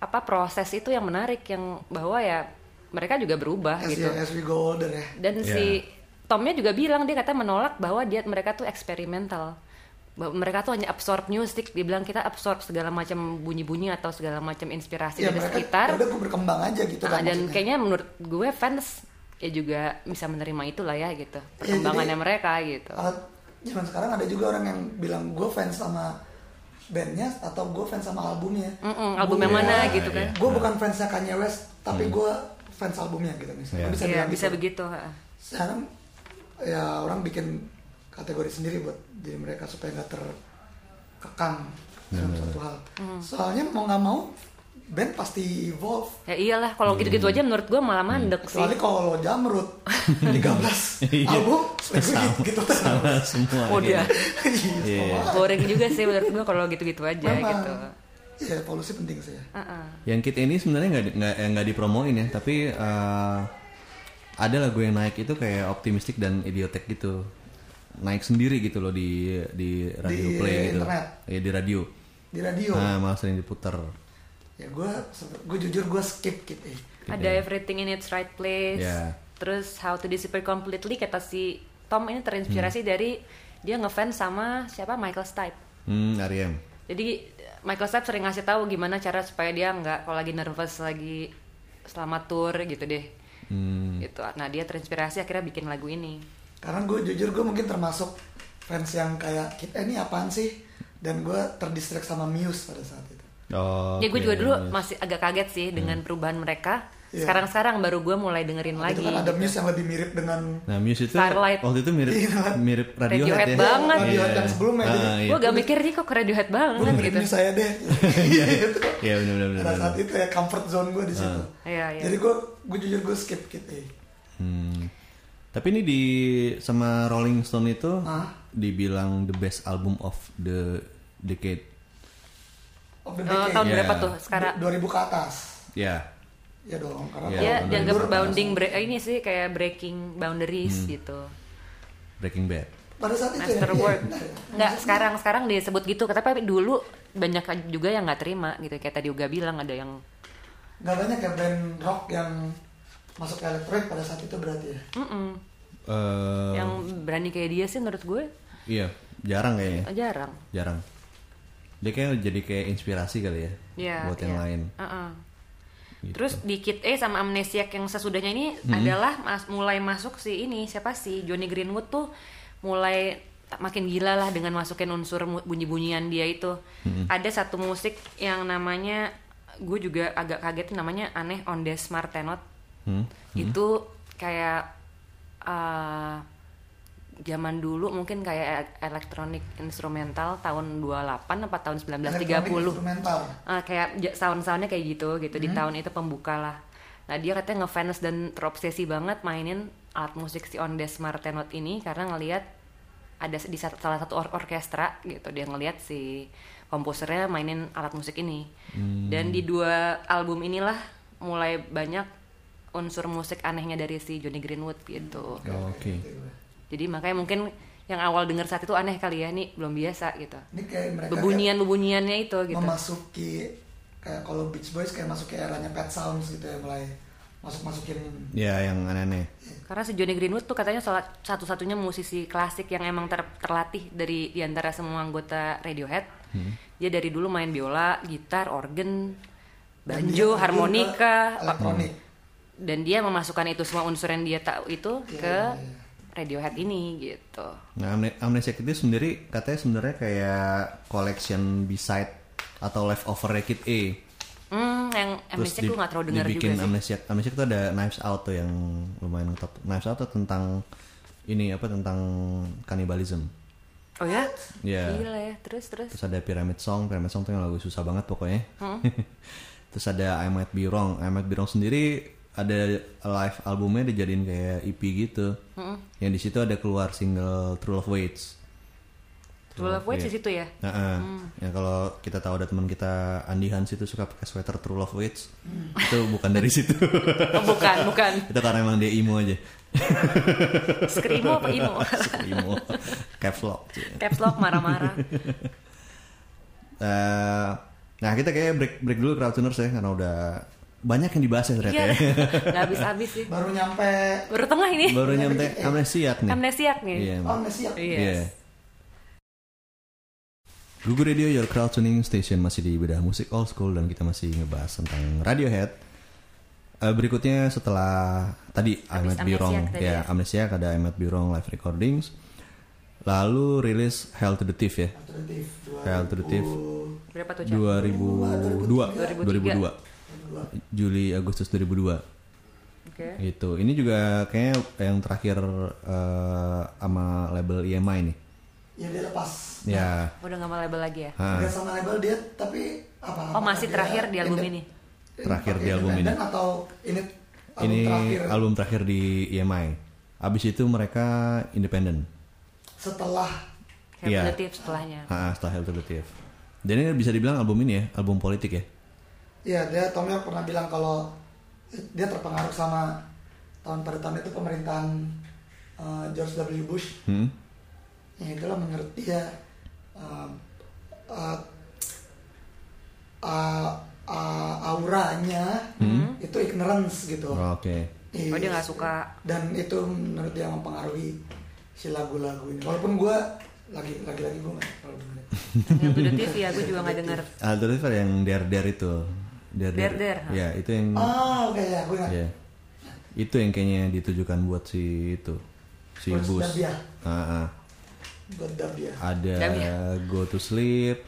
apa proses itu yang menarik yang bahwa ya mereka juga berubah
as,
gitu.
ya, as we go older ya
Iya.
Dan si Tomnya juga bilang dia kata menolak bahwa dia mereka tuh eksperimental. Bahwa mereka tuh hanya absorb music, dibilang kita absorb segala macam bunyi-bunyi atau segala macam inspirasi
ya
dari
mereka
sekitar.
ya udah gue berkembang aja gitu
Nah,
kan
dan
maksudnya.
kayaknya menurut gue fans ya juga bisa menerima itulah ya gitu
Iya, jadi- Oh,
perkembangannya mereka gitu.
kalau zaman sekarang ada juga orang yang bilang gue fans sama bandnya atau gue fans sama albumnya
Mm-mm, album yang
Gua-
mana
Iya, Hmm.
gitu kan?
gue bukan fansnya Kanye West tapi gue fans albumnya gitu
Iya.
misalnya Gua bisa
Iya,
bilang
bisa
gitu.
begitu. ha.
sekarang ya orang bikin kategori sendiri buat jadi mereka supaya nggak terkekang dalam satu hal
Hmm.
soalnya mau nggak mau band pasti evolve
Ya iyalah, kalau
Hmm.
gitu-gitu aja menurut gue malah mandek sih.
kecuali kalau lo jamrut 13
Iya.
album lagu gitu terus
semua.
Oh,
iya.
dia
Iya,
Iya.
semua.
boring juga sih menurut gue kalau gitu-gitu aja
Memang.
gitu.
Iya, evolusi penting sih ya.
Uh-uh.
Yang kit ini sebenarnya nggak di- nggak eh, nggak dipromoin ya, tapi eh, ada lagu yang naik itu kayak optimistik dan idiotek gitu, naik sendiri gitu loh di di radio
Di
play gitu,
internet. Iya.
Iya, di radio.
di radio
Nah malah sering diputer.
ya gue gue jujur gue skip gitu eh.
Ada everything in its right place.
Iya.
Terus how to disappear completely kata si Tom ini terinspirasi dari dia ngefans sama siapa Michael Stipe.
Hmm, R.E.M.
Jadi Michael Stipe sering ngasih tahu gimana cara supaya dia nggak kalau lagi nervous lagi selama tour gitu deh.
Hmm.
Gitu. Nah dia terinspirasi akhirnya bikin lagu ini.
karena gue jujur gue mungkin termasuk fans yang kayak "Kid, eh, ini apaan sih dan gue terdistract sama Muse pada saat itu
Oh,
ya gue
oke. Hmm.
juga dulu masih agak kaget sih dengan perubahan mereka.
Iya.
Sekarang-sekarang baru gue mulai dengerin lagi. gitu.
itu kan ada Muse yang lebih mirip dengan
Nah, Muse itu
Starlight.
waktu itu mirip mirip Radiohead,
Radiohead
ya.
banget.
Iya. Radiohead yang sebelumnya,
Ah,
jadi-
iya.
Gue gak mikir nih kok ke Radiohead
gue
banget
mirip
gitu.
Muse saya deh gitu.
Iya, bener, bener, bener,
pada saat
bener.
itu ya comfort zone gue di
Nah.
situ
Iya, iya.
jadi gue gue jujur gue skip gitu eh.
Hmm. Tapi ini di sama Rolling Stone itu
Hah?
dibilang the best album of the decade.
of the
Eh,
decade
tahun
Iya.
berapa tuh sekarang?
2000 ke atas
Ya.
ya dong karena
Iya,
Ya
kalau
tahun
dianggap
2000.
bounding bre- eh, ini sih kayak breaking
Hmm.
boundaries gitu.
Breaking Bad.
pada saat itu ya,
Masterwork.
iya, benar ya.
Nggak, sekarang sekarang disebut gitu. Tapi dulu banyak juga yang nggak terima gitu. Kayak tadi juga bilang ada yang
nggak banyak ya band rock yang masuk ke elektronik pada saat itu berarti ya
Mm-mm.
Eh,
yang berani kayak dia sih menurut gue
iya, jarang kayaknya.
jarang.
Jarang. Dia kayak jadi kayak inspirasi kali ya
Ya,
buat yang
ya.
lain. Gitu.
Uh-uh.
Hmm.
Terus di Kid A sama Amnesiac yang sesudahnya ini adalah mas- mulai masuk si ini siapa sih Johnny Greenwood tuh mulai makin gila lah dengan masukin unsur mu- bunyi-bunyian dia itu.
Hmm.
Ada satu musik yang namanya gue juga agak kaget namanya aneh on the Martenot.
Hmm.
Itu kayak eh, zaman dulu mungkin kayak e-, elektronik instrumental tahun 28 apa tahun 1930
Elektronik instrumental
Ah, kayak j- sound-soundnya kayak gitu gitu di tahun itu pembuka lah nah dia katanya ngefans dan terobsesi banget mainin alat musik si Ondes Martenot ini karena ngelihat ada di sat- salah satu or- orkestra gitu dia ngelihat si komposernya mainin alat musik ini dan di dua album inilah mulai banyak unsur musik anehnya dari si Johnny Greenwood gitu
Oke.
ya.
jadi makanya mungkin yang awal denger saat itu aneh kali ya ini belum biasa gitu
ini kayak mereka
bebunyian bebunyiannya itu
kayak
gitu
memasuki kayak kalau Beach Boys kayak masuk ke eranya Pet Sounds gitu ya mulai masuk masukin
Ya, yang aneh-aneh.
Karena si Johnny Greenwood tuh katanya salah satu-satunya musisi klasik yang emang ter- terlatih dari diantara semua anggota Radiohead.
Hmm.
Dia dari dulu main biola, gitar, organ,
dan dia
banjo,
terjun ke
harmonika,
elektronik
dan dia memasukkan itu semua unsur yang dia tahu itu
Iya,
ke Radiohead ini gitu.
Nah, Amne- Amnesiac itu sendiri katanya sebenarnya kayak collection beside atau leftover Kid A.
Hmm, yang
Terus
Amnesia gue
di-
gak terlalu dengar juga
dibikin
sih.
Amnesiac. Amnesiac itu ada Knives Out tuh yang lumayan top. Knives Out tuh tentang ini apa tentang kanibalisme.
Oh ya?
Iya.
Gila ya. Terus terus.
Terus ada Pyramid Song, Pyramid Song tuh yang lagu susah banget pokoknya.
Hmm?
Terus ada I Might Be Wrong, I Might Be Wrong sendiri ada live albumnya dijadiin kayak EP gitu.
Hmm.
Yang di situ ada keluar single True Love Waits.
True Love
Iya.
Waits di situ ya.
Nah, eh, ya kalau kita tahu ada teman kita Andi Hans itu suka pakai sweater True Love Waits. Itu bukan dari situ.
Oh, bukan, bukan.
itu karena emang dia emo aja.
Skrimo apa imo?
Suka emo. Caps lock. cuy.
Caps lock marah-marah.
Eh, nah kita kayak break break dulu crowd tuners ya karena udah banyak yang dibahas ya ternyata
Iya.
ya.
Gak habis-habis sih.
baru nyampe
Baru tengah ini.
Baru nyampe amnesiak nih.
Amnesiak nih.
Iya.
oh Amnesia
Iya.
Yes.
Gugu Radio Your Crowd Tuning Station masih di bedah musik old school dan kita masih ngebahas tentang Radiohead. Eh, berikutnya setelah tadi
Habis
Ahmed Birong
Amnesiac tadi
ya
ya.
Amnesia ada Ahmed Birong live recordings. Lalu rilis Hell to the Thief ya.
alternatif dua
Hell to the Thief
Oh.
Berapa tuh, Cak?
2002
2002.
2002. Juli Agustus 2002
Oke.
gitu. Ini juga kayaknya yang terakhir eh, sama label EMI nih.
ya dia lepas
Ya.
Udah gak mau label lagi ya?
Ah.
Nggak sama label dia tapi apa
Oh, masih terakhir di album
Iya.
ini.
Terakhir di album ini.
independen atau ini album
ini
terakhir
album terakhir di EMI. Abis itu mereka independen.
setelah
Kayak
Iya.
positif setelahnya.
Ah, setelah Hell to the Thief. Jadi ini bisa dibilang album ini ya, album politik ya.
ya dia Tommy pernah bilang kalau dia terpengaruh sama tahun pada tahun itu pemerintahan eh, George W Bush
Hmm?
ya itulah menurut dia um, uh, uh, uh, auranya itu ignorance gitu
Hmm? Oh, Oke.
Iya.
Oh, dia nggak suka.
dan itu menurut dia mempengaruhi si lagu-lagu ini walaupun gue lagi lagi lagi gue nggak terlalu bener.
Yang tuh TV ya, gue juga gak denger.
Hell to the Thief ada yang Dare Dare itu. Dare
Dare Dare, ha?
Ya, itu yang
ah oke ya gue nggak
ya. Itu yang kayaknya ditujukan buat si itu. Si
Buat
Bush.
Dabia.
Ah, ah.
gue dap dia
Ada
Dabia.
Go to Sleep.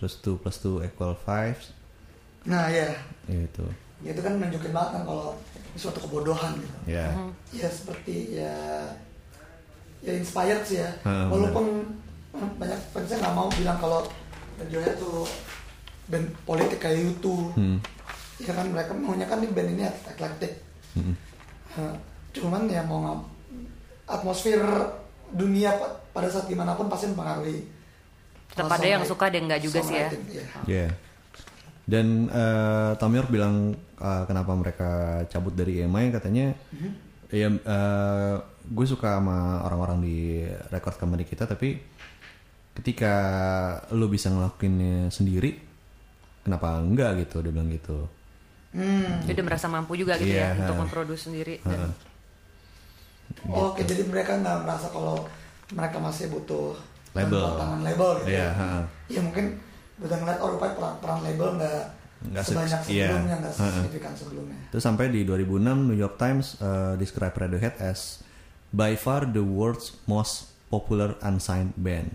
Terus 2 plus 2 equal 5.
nah ya
Itu.
ya itu kan menunjukkan banget kan kalau ini suatu kebodohan gitu
Ya.
ya seperti ya ya inspired sih ya
Ah,
walaupun hmm, banyak fansnya nggak mau bilang kalau Radiohead tuh band politik kayak YouTube
Hmm.
ya kan mereka maunya kan di band ini eklektik
Hmm.
Eh, cuman ya mau nggak atmosfer dunia pa- pada saat gimana pun pasti mempengaruhi
Tetap
Kalau
ada yang
songwriting-
suka, ada yang nggak juga sih ya.
songwriting, iya.
Ya. Dan eh Tom York bilang eh, kenapa mereka cabut dari EMI katanya ya eh, gue suka sama orang-orang di record company kita tapi ketika lu bisa ngelakuinnya sendiri kenapa enggak gitu dia bilang gitu.
Hmm.
Dia udah merasa mampu juga gitu
Iya.
ya untuk memproduksi sendiri. Dan
Gitu.
Oke, jadi mereka nggak merasa kalau mereka masih butuh
Label.
bantuan tangan label gitu.
Iya,
ya.
ha.
Iya mungkin udah ngeliat oh rupanya peran, peran label nggak
Nggak se-
sebanyak
iya.
sebelumnya, nggak
Ha, ha.
signifikan sebelumnya.
Terus sampai di 2006 New York Times eh, describe Radiohead as by far the world's most popular unsigned band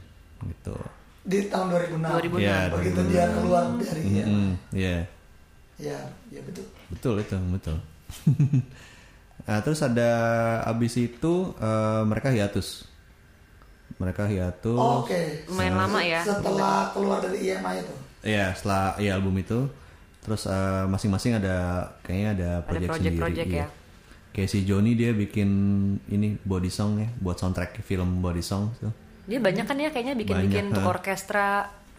gitu.
Di tahun
2006.
2006,
Iya,
begitu dia keluar dari ya,
Hmm, ya.
ya, ya betul.
Betul itu, betul. nah, terus ada abis itu eh, mereka hiatus. Mereka hiatus.
Oh,
Oke,
Lumayan
Nah.
lama ya.
setelah keluar dari IMI itu,
Iya, setelah ya album itu terus eh, masing-masing ada kayaknya ada project, sendiri.
project-project
iya.
ya.
Kayak si Joni dia bikin ini body song ya, buat soundtrack film body song tuh.
Dia banyak kan ya kayaknya
Banyak,
bikin-bikin untuk
ha.
orkestra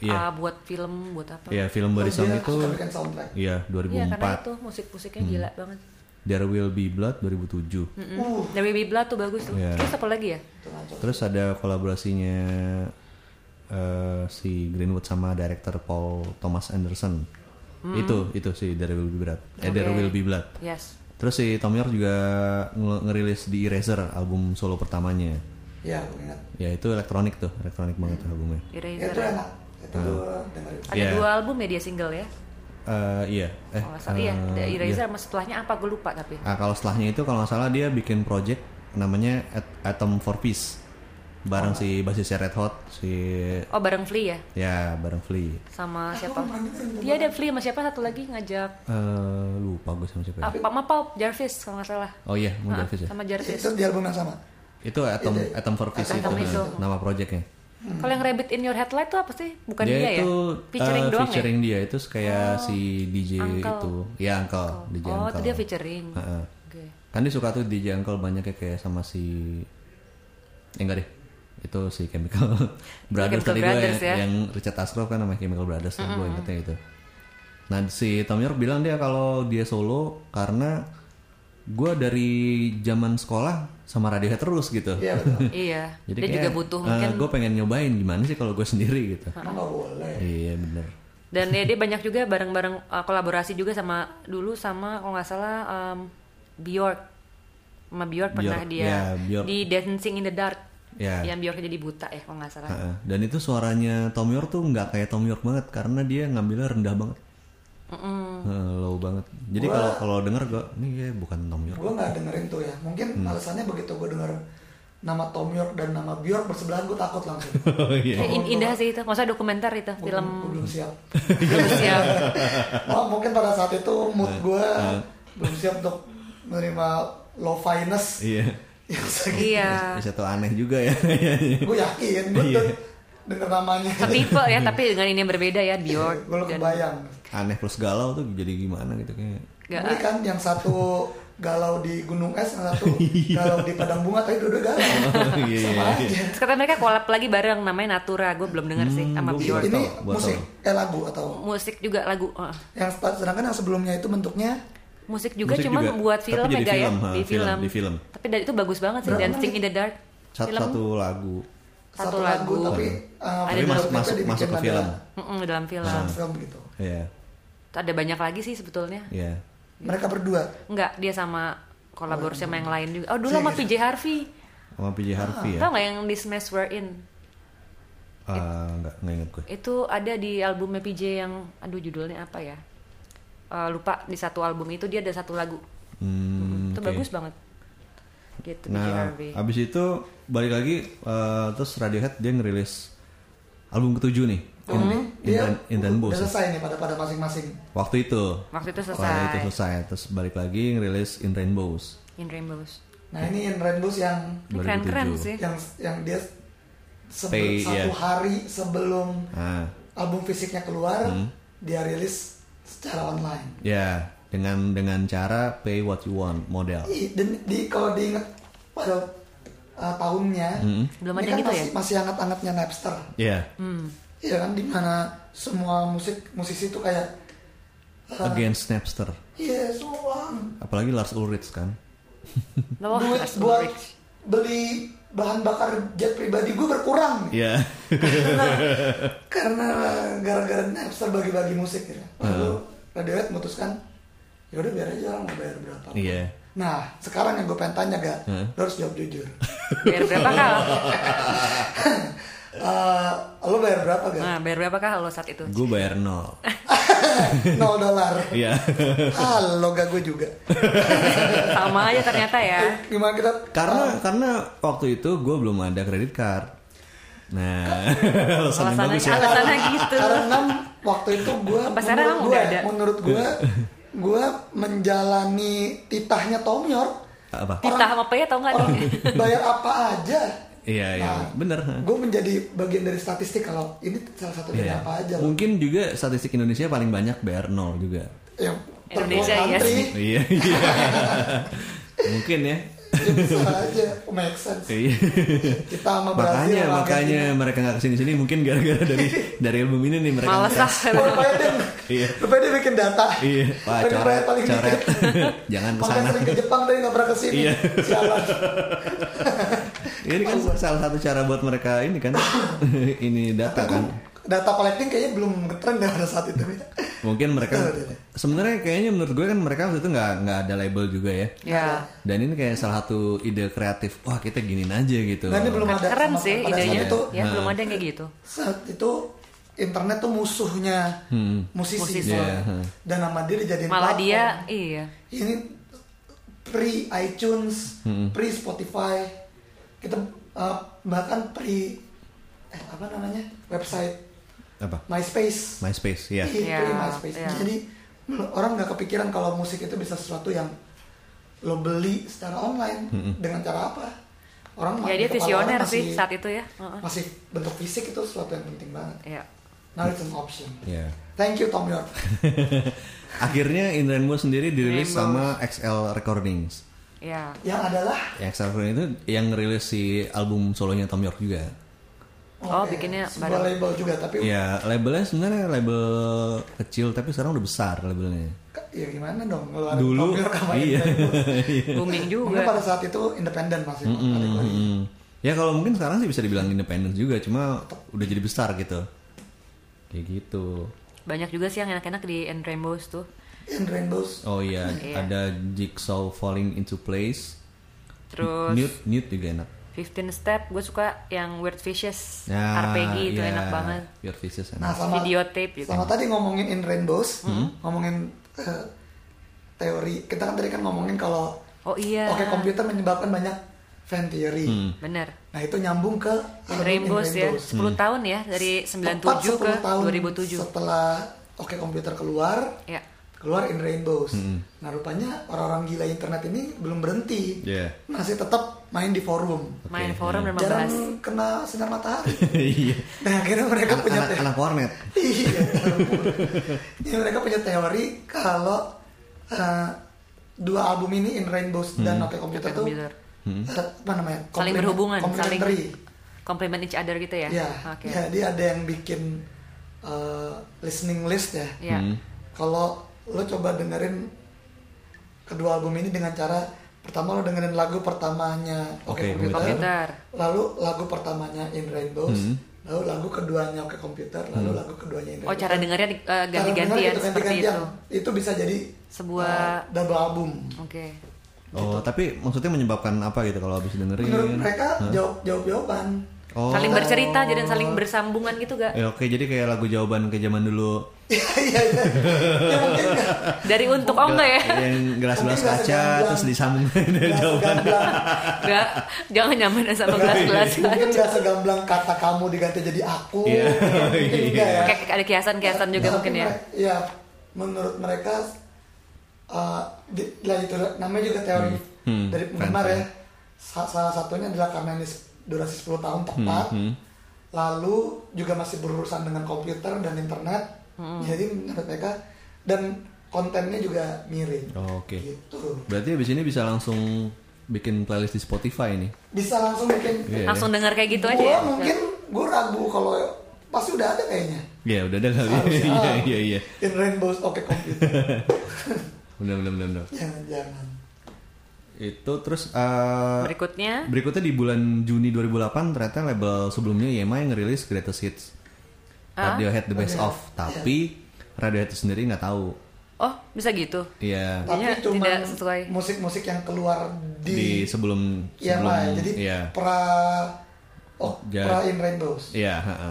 Iya.
ah, buat film, buat apa.
Iya, film body
Oh,
song
dia
itu
suka bikin soundtrack.
Iya,
Iya,
2004.
karena itu musik-musiknya gila
Hmm.
banget.
There Will Be Blood 2007.
Hmm.
uh,
Dari Bibla tuh bagus tuh.
Iya.
Terus apa lagi ya?
Terus ada kolaborasinya eh, si Greenwood sama director Paul Thomas Anderson. Itu itu si There Will Be Blood. Eh, There
Hmm. Oke.
Will Be Blood.
Yes.
Terus si Tom York juga nge- ngerilis di Eraser album solo pertamanya.
ya gue ingat.
Ya itu elektronik tuh, elektronik banget albumnya.
Ya, itu
Eraser.
enak, itu gue dengerin.
Ada
Iya.
dua album ya dia single ya.
Eh, iya, eh.
Kalau nggak salah iya. Ada
eh,
Eraser
iya.
sama setelahnya apa gue lupa tapi.
Ah, kalau setelahnya itu kalau nggak salah dia bikin project namanya At- Atom for Peace bareng si basisnya Red Hot, si
Oh bareng Flea ya
ya bareng Flea.
sama siapa? Dia ada Flea sama siapa satu lagi ngajak ah,
Eh, lupa gue sama siapa. ya.
apa Mapal Jarvis kalau nggak salah.
Oh iya, mau
Ah,
Jarvis ya.
Sama Jarvis.
Itu di album yang sama.
Itu Atom Atom for Peace itu,
Atom itu.
nama projectnya.
Kalau yang Rabbit in Your Headlight tuh apa sih? Bukan dia, ya?
itu
Featuring
eh,
doang ya?
featuring dia itu kayak si DJ
Uncle.
itu. Ya Uncle, DJ
ya? Oh, itu
Uncle.
dia featuring.
Heeh.
Oke.
Kan dia suka tuh DJ Uncle banyaknya ya, kayak sama si eh, enggak deh. Itu si Chemical Brothers
Chemical
tadi gue yang,
Brothers, ya.
yang Richard Ashcroft kan namanya Chemical Brothers tuh, gue ingetnya itu. Nah, si Tom York bilang dia kalau dia solo karena gue dari zaman sekolah sama Radiohead terus gitu.
Iya betul.
Iya. dia juga butuh mungkin.
gue pengen nyobain gimana sih kalau gue sendiri gitu.
Emang nggak boleh.
Iya bener.
Dan ya dia banyak juga bareng-bareng uh, kolaborasi juga sama dulu sama kalau nggak salah um, Bjork. Sama Bjork pernah
Bjork,
dia
ya, Bjork.
di Dancing in the Dark.
Ya. Ah.
Yang Bjork jadi buta ya kalau nggak salah.
Heeh. Dan itu suaranya Tom York tuh nggak kayak Tom York banget karena dia ngambilnya rendah banget, Heeh, low banget. Jadi kalau kalau denger gue, ini ya bukan Tom York.
Gue nggak dengerin tuh ya. Mungkin
Hmm.
alasannya begitu gue denger nama Tom York dan nama Bjork bersebelahan gue takut langsung.
Oh, iya.
Eh, in- indah sih itu. Masa dokumenter itu
Gue
film
belum siap.
belum siap.
Oh, mungkin pada saat itu mood gue
Eh,
belum siap untuk menerima low finest
Iya.
yang segitu.
iya.
Bisa tuh aneh juga ya.
Gue yakin, gue
Iya.
tuh denger namanya.
Setipe ya, Iya. tapi dengan ini yang berbeda ya Bjork.
Gue
dan-
kebayang.
aneh plus galau tuh jadi gimana gitu kayak.
Nggak-
Ini kan yang satu galau di gunung es, yang satu
Iya.
galau di padang bunga, tapi dua-dua galau.
Oh, iya, iya,
Sama
iya.
aja.
Terus kata mereka collab lagi bareng namanya Natura. Gue belum dengar sih sama
Hmm, Iya, gua
Bjork.
Ini
Buat apa?
musik, eh lagu atau
Musik juga lagu. eh,
yang sedangkan yang sebelumnya itu bentuknya
musik juga
Musik
cuman
juga,
buat
tapi
film ya
jadi
Ga, ya
film, ha,
di
film,
film.
di film.
Tapi dari itu bagus banget sih Dancing in the Dark.
Satu,
film
satu lagu.
Satu lagu.
tapi uh,
Tapi
Ada dua
mas-
videoclipnya
masuk
dibikin
masuk ke
ada
film.
Mm-mm, dalam film.
Nah.
short film gitu
Iya.
Tuh Ada banyak lagi sih sebetulnya.
Iya.
mereka berdua
Enggak, dia sama kolaborasi sama yang lain juga. Oh, dulu sama
Iya,
PJ Harvey.
Sama PJ Harvey ya.
Tau nggak yang di Smash We're In?
Eh, Nggak nggak inget gue.
Itu ada di albumnya PJ yang aduh judulnya apa ya? Eh, lupa di satu album itu dia ada satu lagu.
Hmm,
itu
oke.
bagus banget. Gitu PJ
Nah,
Harvey.
abis itu balik lagi eh, terus Radiohead dia ngerilis album ketujuh nih, In,
dia
Intan, Intan
Iya. udah
Bosa.
selesai nih pada pada masing-masing
Waktu itu.
Waktu itu selesai.
Waktu itu selesai. Terus balik lagi ngerilis In Rainbows.
In Rainbows.
nah ini yang Rainbows yang
Ini keren-keren sih.
yang yang dia
Pay,
sebe-
iya.
satu hari sebelum
Ah,
album fisiknya keluar
Hmm.
dia rilis secara online
ya dengan dengan cara pay what you want model.
I- dan di kalau diingat pada uh, tahunnya
Hmm.
Belum
ini
ada
kan
gitu
masih,
ya?
masih hangat-hangatnya Napster
Ya,
Iya kan dimana semua musik musisi itu kayak
against Napster.
Iya, semua
Apalagi Lars Ulrich kan.
Wah,
duit
Lars
buat
Ulrich.
beli bahan bakar jet pribadi gue berkurang nih.
Iya.
karena gara-gara Napster bagi-bagi musik gitu. Lalu Radiohead memutuskan ya udah biar aja orang mau bayar berapa.
Iya.
Nah, sekarang yang gue pengen tanya gak, lo harus jawab jujur.
Bayar berapa kal?
Eh, lo bayar berapa gak?
Nah, bayar berapa kal lo saat itu?
gue bayar nol.
0 dolar.
Iya.
Halo gak gue juga. Eh,
Sama aja ternyata ya.
Gimana kita? Oh.
karena karena waktu itu gue belum ada kredit card. Nah, alasan yang
Alasannya,
bagus ya.
alasannya gitu.
Ah, Karena waktu itu gue
Sampai sekarang
menurut
emang
gue
udah ada.
menurut gue gue menjalani titahnya Tom York
Apa?
Titah sama apa ya tau
Oh.
nggak?
orang
nih?
Oh, bayar apa aja
Iya, iya,
Nah,
bener.
gue menjadi bagian dari statistik kalau ini salah satu dari
Iya.
apa aja loh.
Mungkin juga statistik Indonesia paling banyak bayar nol juga.
yang
Indonesia,
terkeluar
iya
antri,
sih.
Iya, iya. Mungkin ya.
ya bisa aja make sense
Iya.
kita sama Brazil
makanya
sama
makanya
Argentina.
mereka nggak kesini sini mungkin gara-gara dari dari album ini nih mereka.
Males lah.
ngetes.
Oh, rupanya dia,
Iya.
rupanya dia bikin data
Iya. Wah,
Rupanya
coret,
bayar paling
coret.
dikit.
Jangan
makanya
kesana.
sering ke Jepang tapi nggak pernah kesini
Iya.
Sialan.
Ini kan salah satu cara buat mereka ini kan ini data kan.
data collecting kayaknya belum ngetren deh pada saat itu
Mungkin mereka
Betul, betul.
sebenarnya kayaknya menurut gue kan mereka waktu itu nggak nggak ada label juga ya.
Ya.
Dan ini kayak salah satu ide kreatif. Wah kita giniin aja gitu.
dan ini belum ada
Keren
sama-
sih
pada saat
idenya.
itu
Ya, belum
Nah.
ada yang kayak gitu.
saat itu internet tuh musuhnya musisi,
Musisi.
soalnya.
Iya, heeh.
dan nama dia dijadiin
Malah
platform.
dia, iya.
ini pre iTunes pre Spotify kita uh, bahkan pre eh, apa namanya website
apa?
MySpace
MySpace ya.
Iya,
Iya,
pre MySpace
iya.
jadi orang nggak kepikiran kalau musik itu bisa sesuatu yang lo beli secara online dengan cara apa orang
ya dia
di kepala orang
visioner sih
masih-
saat itu ya Heeh.
masih bentuk fisik itu sesuatu yang penting banget
Iya.
now it's an option
Iya.
thank you Tom York
Akhirnya In Rainbow sendiri dirilis
Rainbow.
sama XL Recordings.
Iya.
yang adalah
Yang XL Recordings itu yang rilis si album solonya Tom York juga.
Oh,
oke,
bikinnya
sebuah
bareng.
label juga tapi
Ya labelnya sebenarnya label kecil tapi sekarang udah besar labelnya.
Ke- ya gimana dong ngeluarin
Dulu,
Tom York sama
iya.
booming
Mungkin
juga
pada saat itu independen masih balik lagi.
Hmm. Ya kalau mungkin sekarang sih bisa dibilang independen juga cuma udah jadi besar gitu. Kayak gitu.
banyak juga sih yang enak-enak di And Rainbows tuh
In Rainbows
Oh iya,
Iya.
ada Jigsaw Falling Into Place.
terus
Newt, Newt juga enak.
15 Step gue suka yang Weird Fishes
Ya,
RPG itu
iya.
enak banget
Your Faces enak.
nah sama
video tape juga
sama tadi ngomongin in rainbows
Mm-hmm.
ngomongin eh, teori kita kan tadi kan ngomongin kalau
oh iya
oke komputer menyebabkan banyak fan theory
Mm.
bener
nah itu nyambung ke
In
album In
Rainbows ya 10 tahun ya dari
Hmm. Tepat
97 ke
10 tahun
2007
setelah oke komputer keluar
ya
keluar in rainbows nah rupanya orang-orang gila internet ini belum berhenti
Iya.
masih tetap main di forum
main forum dan
hmm. jarang
membahas
kena sinar matahari
Iya.
nah akhirnya mereka punya
Anak,
teori
anak warnet.
iya ampun. Jadi mereka punya teori kalau eh, dua album ini in rainbows dan
Hmm.
oke komputer
Oke
tuh
Computer.
eh, apa namanya
saling
Komplement-
berhubungan saling
complementary.
complement each other gitu ya
ya
oke
jadi ada yang bikin eh, listening list ya
ya
Hmm.
kalau lo coba dengerin kedua album ini dengan cara pertama lo dengerin lagu pertamanya Oke
Oke,
Komputer,
Komputer.
lalu lagu pertamanya In Rainbows,
Hmm.
lalu lagu keduanya Oke Komputer, lalu lagu keduanya In
oh
Rainbows.
cara dengarnya di- eh,
Cara
ganti-gantian
dengerin itu
seperti
ganti-gantian.
itu
Itu bisa jadi
Sebuah-
uh, double album.
oke
Oh, tapi maksudnya menyebabkan apa gitu kalau habis dengerin?
Menurut mereka jawab jawab jawaban.
Oh.
saling bercerita jadi
Oh.
saling bersambungan gitu gak
Ya, oke, jadi kayak lagu jawaban ke zaman dulu
Iya iya iya. Ya, mungkin nggak-
dari untuk oh enggak ya
yang gelas-gelas
Mungkin
kaca
gak
terus disambung dari
nggak
jawaban. Iya.
segamblang-
Enggak, jangan nyamain sama gelas-gelas
Mungkin gak segamblang kata kamu diganti jadi aku.
Iya,
Mungkin nggak ya.
kayak ada kiasan-kiasan juga
Tapi
mungkin ya
mere- Iya, menurut mereka eh, di- lah itu namanya juga teori
Hmm,
dari penggemar
fan-fan.
ya. Sa- Salah satunya adalah karena ini s- durasi 10 tahun tepat.
Hmm,
Lalu juga masih berurusan dengan komputer dan internet.
Hmm.
Jadi menurut mereka dan kontennya juga miring.
Oh, oke.
Gitu.
Berarti habis ini bisa langsung bikin playlist di Spotify nih.
Bisa langsung bikin
Iya.
langsung dengar kayak gitu aja
Gua
ya
Oh, mungkin gue ragu kalau pasti udah ada kayaknya.
Ya, udah ada kali.
Harusnya.
Iya, iya, iya.
In Rainbows oke komputer.
Benar, benar, benar, benar.
Jangan-jangan.
Itu terus eh,
berikutnya
Berikutnya di bulan Juni 2008 ternyata label sebelumnya Yema yang ngerilis Greatest Hits. Radiohead The Best Of, tapi Radiohead itu sendiri nggak tahu.
oh bisa gitu
Iya.
tapi
Kayaknya
cuma
tidak sesuai.
musik-musik yang keluar
Di
di,
sebelum
yang
sebelum
lain jadi
iya.
pra oh,
Ja-
pra in rainbows
Iya, ha-ha.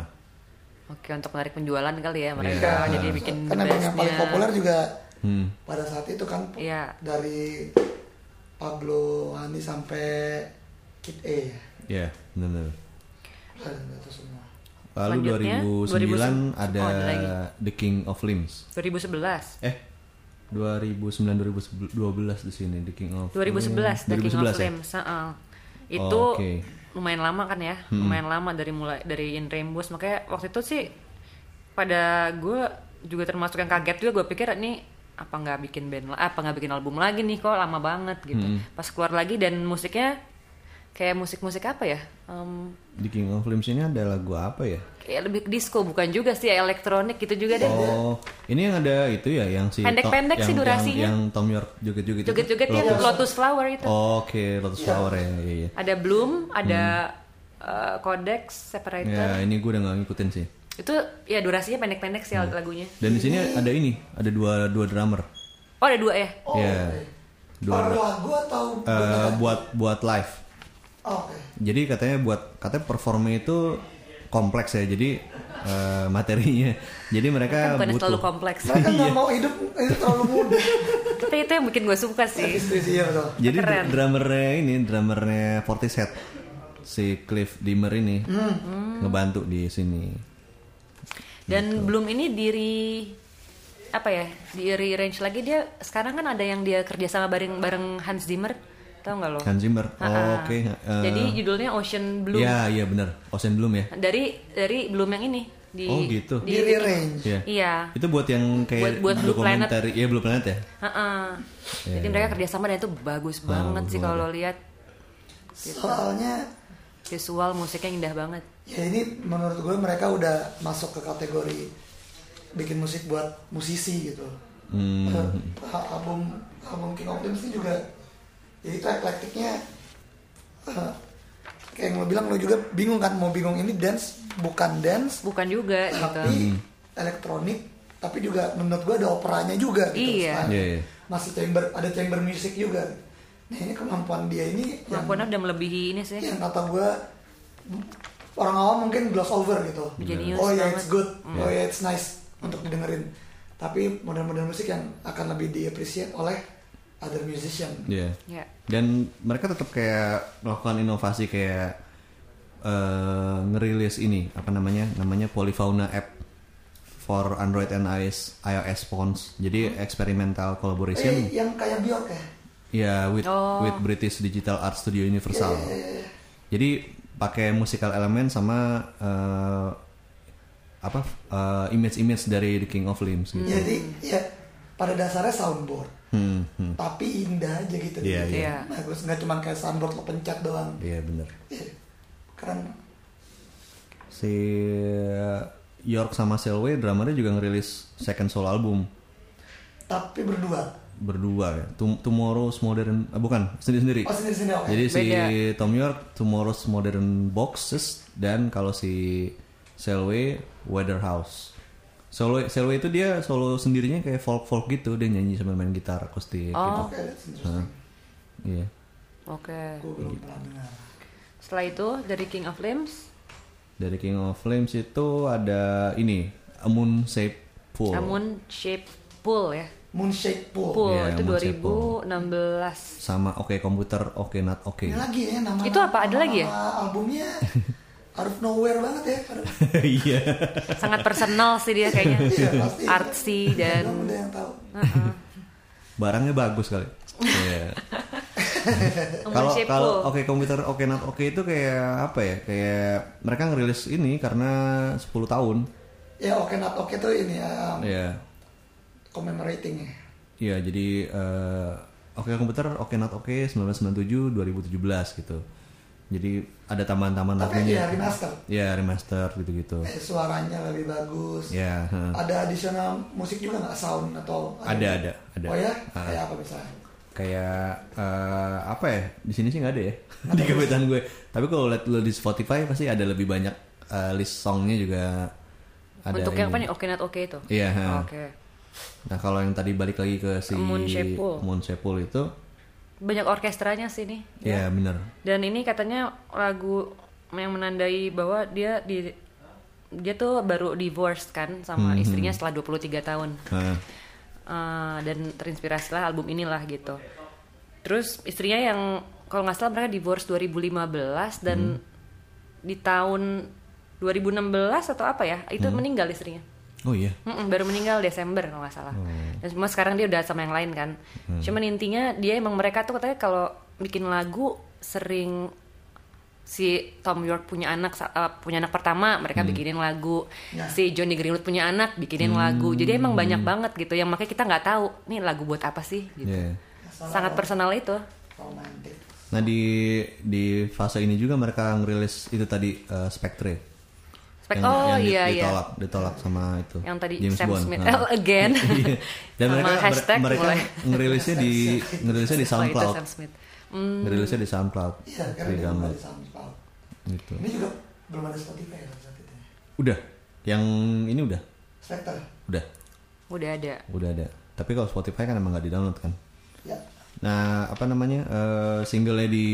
oke untuk menarik penjualan kali ya mereka
Iya.
jadi bikin
karena emang yang paling
bestnya.
populer juga
Hmm.
pada saat itu kan
Iya.
dari Pablo Hani sampai Kid A ya
Iya, benar.
Dan itu semua
Lalu
Selanjutnya,
2009 ada
Oh, ada lagi.
The King of Limbs.
2011
Eh 2009 2012 di sini The King of
2011 The
2011 ya?
King of
Oh,
Limbs heeh. itu
Oke. Hmm.
lumayan lama kan ya lumayan lama dari mulai dari In Rainbows makanya waktu itu sih pada gue juga termasuk yang kaget juga gue pikir ini apa nggak bikin band la- apa nggak bikin album lagi nih kok lama banget gitu
Hmm.
pas keluar lagi dan musiknya kayak musik-musik apa ya Em,
The King of Limbs ini ada lagu apa ya?
kayak lebih ke disco bukan juga sih ya, elektronik gitu juga deh
Oh, ini yang ada itu ya yang si
Pendek-pendek
Tom-
sih
yang-
durasinya.
Yang, yang Tom York joget-joget. itu.
joget-joget ya
gitu. Lotus.
Lotus Flower itu
Oh, Oke, Lotus Flower ya, iya iya.
ada Bloom ada eh, Codex Separator
Hmm. Ya, ini gue udah gak ngikutin sih.
itu ya durasinya pendek-pendek sih
Hmm.
lagunya
Dan di sini ada ini, ada dua dua drummer.
oh ada dua ya
oh
Ya.
oke.
Dua
per
dua-
lagu atau
eh,
beneran?
buat buat live.
Oh, oke
Jadi katanya buat katanya performnya itu kompleks ya. Jadi eh, materinya. Jadi mereka
kan
Ya, butuh
bukan
Nah.
selalu kompleks
mereka
Iya.
nggak mau hidup itu terlalu mudah
tapi itu yang bikin gue suka
Nah, gitu.
sih
istri sih ya betul
Jadi
Keren.
drummernya ini, drummernya Portishead si Cliff Dimmer ini
Hmm.
ngebantu di sini.
dan belum ini diri apa ya di rearrange lagi dia sekarang kan ada yang dia kerja sama bareng bareng Hans Zimmer Tahu nggak lo?
Hans Zimmer. Oh,
Ha-ha.
oke. Eh,
Jadi judulnya Ocean Blue.
Iya, iya benar. Ocean Bloom ya.
Dari dari Bloom yang ini di
Oh, gitu.
di rearrange
Iya.
Iya.
Itu buat yang kayak
Buat- buat Blue Planet.
dokumenter, iya Blue Planet ya.
Ha-ha. Ah,
Iya,
Jadi mereka kerjasama dan itu bagus banget sih kalau lo lihat
soalnya
visual musiknya indah banget.
ya ini menurut gue mereka udah masuk ke kategori bikin musik buat musisi gitu
Hmm.
Eh, album album King of Limbs ini juga jadi itu eklektiknya eh, kayak yang lo bilang lo juga bingung kan mau bingung ini dance bukan dance
Bukan
Iya,
juga gitu.
Hmm.
tapi elektronik tapi juga menurut gua ada operanya juga gitu
Iya.
selain
Iya, iya.
masih chamber ada chamber music juga nah ini kemampuan dia ini yang,
Kemampuannya udah melebihi ini sih.
Iya.
Ya.
yang kata gua orang awam mungkin gloss over gitu
Iya.
Genius
oh ya
banget.
it's good oh ya it's nice untuk didengerin tapi model-model musik yang akan lebih diapresiasi oleh other musician
Iya.
Ya.
Dan mereka tetap kayak melakukan inovasi kayak eh, ngerilis ini apa namanya? Namanya Polyfauna app for Android and iOS iOS phones.
Hmm.
Jadi experimental
iya.
eh,
collaboration
yang kayak Bjork ya
ya with
Oh.
with British Digital Art Studio Universal.
Eh,
Jadi pakai musical elemen sama eh, apa eh, image-image dari The King of Limbs gitu.
jadi ya pada dasarnya soundboard
Hmm, hmm.
tapi indah aja gitu
Iya,
Gitu.
iya.
bagus nggak cuma kayak soundboard lo pencet doang
Iya bener.
Iya. keren
Si eh, York sama Selway drummernya juga ngerilis second solo album
tapi berdua
berdua ya. Tom- Tomorrow's Modern eh, bukan sendiri-sendiri.
oh sendiri sendiri oke
Jadi si
Beda.
Tom York Tomorrow's Modern Boxes dan kalau si Selway Weatherhouse. Solo Selway itu dia solo sendirinya kayak folk folk gitu dia nyanyi sambil main gitar akustik gitu.
Oh.
oke that's interesting
Iya.
Oke.
gue belum pernah dengar
Setelah itu dari King of Limbs,
Dari King of Flames itu ada ini A Moon Shape Pool.
namun shape pool ya.
Moonshake Pool
Pool
Iya,
itu
namun shape
2016.
sama Oke Komputer Oke Not Oke.
ini lagi ya nama
Itu apa? Ada
nama-
lagi ya?
nama albumnya out of nowhere banget ya Aduh,
Iya.
Sangat personal sih dia kayaknya.
iya, pasti.
Artsy dan
Orang udah yang tahu
Barangnya bagus kali. Iya. Kalau
Shape
kalau
Pool.
Oke Komputer Oke Not Oke itu kayak apa ya? Kayak mereka ngerilis ini karena 10 tahun.
ya oke not oke tuh ini um,
Iya.
commemorating ya
Iya, jadi eh, Oke Komputer Oke Not Oke 1997 2017 gitu. Jadi ada tambahan-tambahan
tapi
lagunya.
ya remaster
Iya, remaster gitu-gitu.
eh, suaranya lebih bagus
Iya, heeh.
ada adisional musik juga nggak sound atau
Ada, ada, ada. Ah.
oh ya kayak apa misalnya
kayak eh, apa ya di sini sih nggak ada ya di kebetulan gue tapi kalau lihat lo di Spotify pasti ada lebih banyak eh, list songnya juga ada
untuk yang apa
ini.
nih? Oke Not Oke itu.
iya ha.
Oke.
nah kalau yang tadi balik lagi ke si
Moon Shape Pool.
Moon Shape Pool itu
Banyak orkestranya sih nih.
ya bener
Dan ini katanya lagu yang menandai bahwa dia di dia tuh baru divorced kan
Mhm.
sama istrinya setelah 23 tahun.
Nah,
Eh, dan terinspirasilah album inilah gitu. Terus istrinya yang kalau nggak salah mereka divorce 2015 dan di tahun 2016 atau apa ya itu meninggal istrinya.
oh iya
Mm-mm, baru meninggal Desember kalau nggak salah.
Hmm.
Dan cuma sekarang dia udah sama yang lain kan. Cuman intinya dia emang mereka tuh katanya kalau bikin lagu sering si Tom York punya anak sa- eh, punya anak pertama mereka
Hmm.
bikinin lagu
Ya.
si Johnny Greenwood punya anak bikinin
Hmm.
lagu jadi emang banyak banget gitu yang makanya kita nggak tahu nih lagu buat apa sih gitu
Iya.
sangat personal itu
romantis
nah di di fase ini juga mereka ngerilis itu tadi eh, Spectre
Spek-
Yang-
oh
yang di-
iya iya
ditolak ditolak sama itu
yang tadi
James
Sam
Bond.
Smith
Nah.
Oh, again
Iya. dan
Sama
mereka ber-
hashtag
mereka
mulai.
ngerilisnya di ngerilisnya di
Oh, itu
SoundCloud
Sam Smith Hmm,
ngerilisnya di SoundCloud
iya karena
Di
dia
download.
kembali soundcloud
gitu
ini juga belum ada Spotify ya saat itu
udah yang ini udah
Spectre
udah
udah ada
udah ada tapi kalau Spotify kan emang nggak di download kan
ya
nah apa namanya eh singlenya di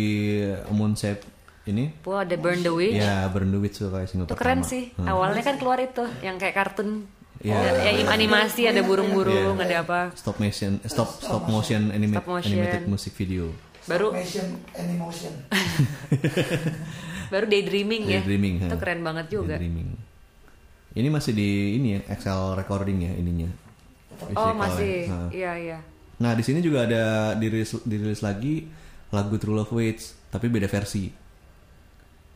Moon Shape ini
Wah, ada Burn the Witch
ya Burn the Witch tuh kayak single
Iya. Itu
pertama Hmm.
keren sih. Awalnya kan keluar itu yang kayak kartun.
Iya.
Ada-
Oh,
yang animasi ada burung-burung,
Iya.
ada apa.
stop motion eh, stop stop motion, anima-
Stop motion.
animated music video
Baru
Motion Animation
baru daydreaming ya.
Daydreaming,
Itu
ha.
keren banget juga.
Daydreaming. hmm. ini masih di ini ya XL recording ya ininya
Oh,
Physicalnya.
masih.
Nah.
Iya, iya.
Nah di sini juga ada dirilis, dirilis lagi lagu True Love Waits tapi beda versi.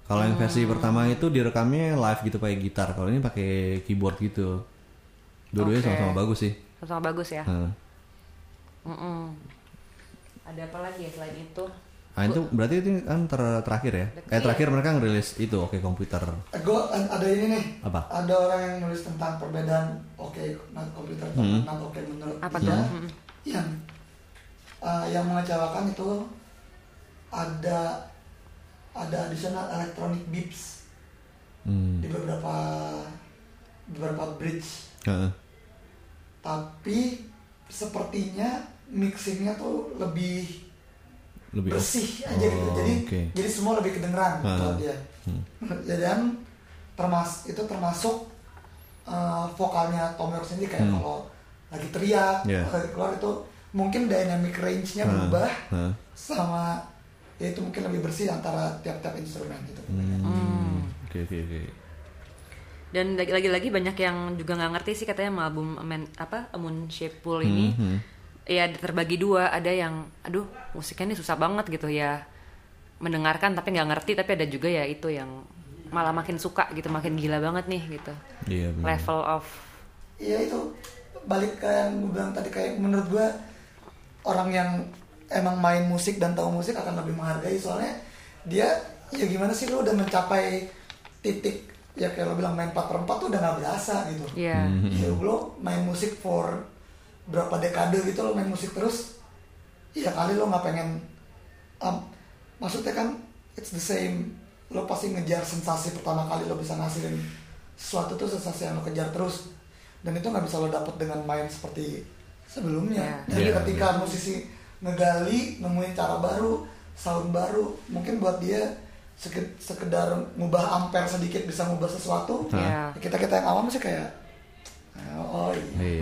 Kalau yang versi pertama itu direkamnya live gitu pakai gitar, kalau ini pakai keyboard gitu. Dua-duanya
Oke.
sama-sama bagus sih.
sama bagus ya
Nah,
Mm-mm. ada apa lagi ya selain itu
Ah, itu berarti itu kan ter- terakhir ya? Eh terakhir mereka ngerilis itu oke komputer
Gue Eh, ada ini nih.
Apa?
Ada orang yang nulis tentang perbedaan oke not komputer
Hmm.
not oke menurut
Apa
dia.
tuh?
Iya.
Hmm.
Yang eh, yang mengecewakan itu ada ada additional electronic beeps
Hmm.
di beberapa beberapa bridge
Heeh.
tapi sepertinya mixingnya tuh lebih
lebih
bersih aja gitu
Oh,
jadi
oke.
jadi semua lebih kedengeran
Ah.
kalau dia Ya, dan termas itu termasuk eh, vokalnya Tom York sendiri kayak kalau lagi teriak
Yeah.
kalau lagi keluar itu mungkin dynamic range-nya
Ah,
ya, berubah
ah.
sama ya itu mungkin lebih bersih antara tiap-tiap instrumen gitu
Oke oke oke.
dan lagi- lagi-lagi banyak yang juga nggak ngerti sih katanya sama album Amen- apa A Moon Shaped Pool
Hmm,
ini ya terbagi dua ada yang aduh musiknya ini susah banget gitu ya mendengarkan tapi nggak ngerti tapi ada juga ya itu yang malah makin suka gitu makin gila banget nih gitu
Iya benar.
level of
Iya itu balik ke yang gue bilang tadi kayak menurut gue orang yang emang main musik dan tahu musik akan lebih menghargai soalnya dia ya gimana sih lu udah mencapai titik ya kayak lo bilang main 4 per 4 tuh udah nggak berasa gitu.
ya
Ya lo main musik for berapa dekade gitu lo main musik terus ya kali lo nggak pengen um, maksudnya kan it's the same lo pasti ngejar sensasi pertama kali lo bisa ngasilin sesuatu tuh sensasi yang lo kejar terus dan itu nggak bisa lo dapet dengan main seperti sebelumnya
Yeah.
jadi
Yeah,
ketika musisi ngegali nemuin cara baru sound baru mungkin buat dia seke- sekedar ngubah ampere sedikit bisa ngubah sesuatu
Hah.
kita kita yang awam sih kayak oh oh iya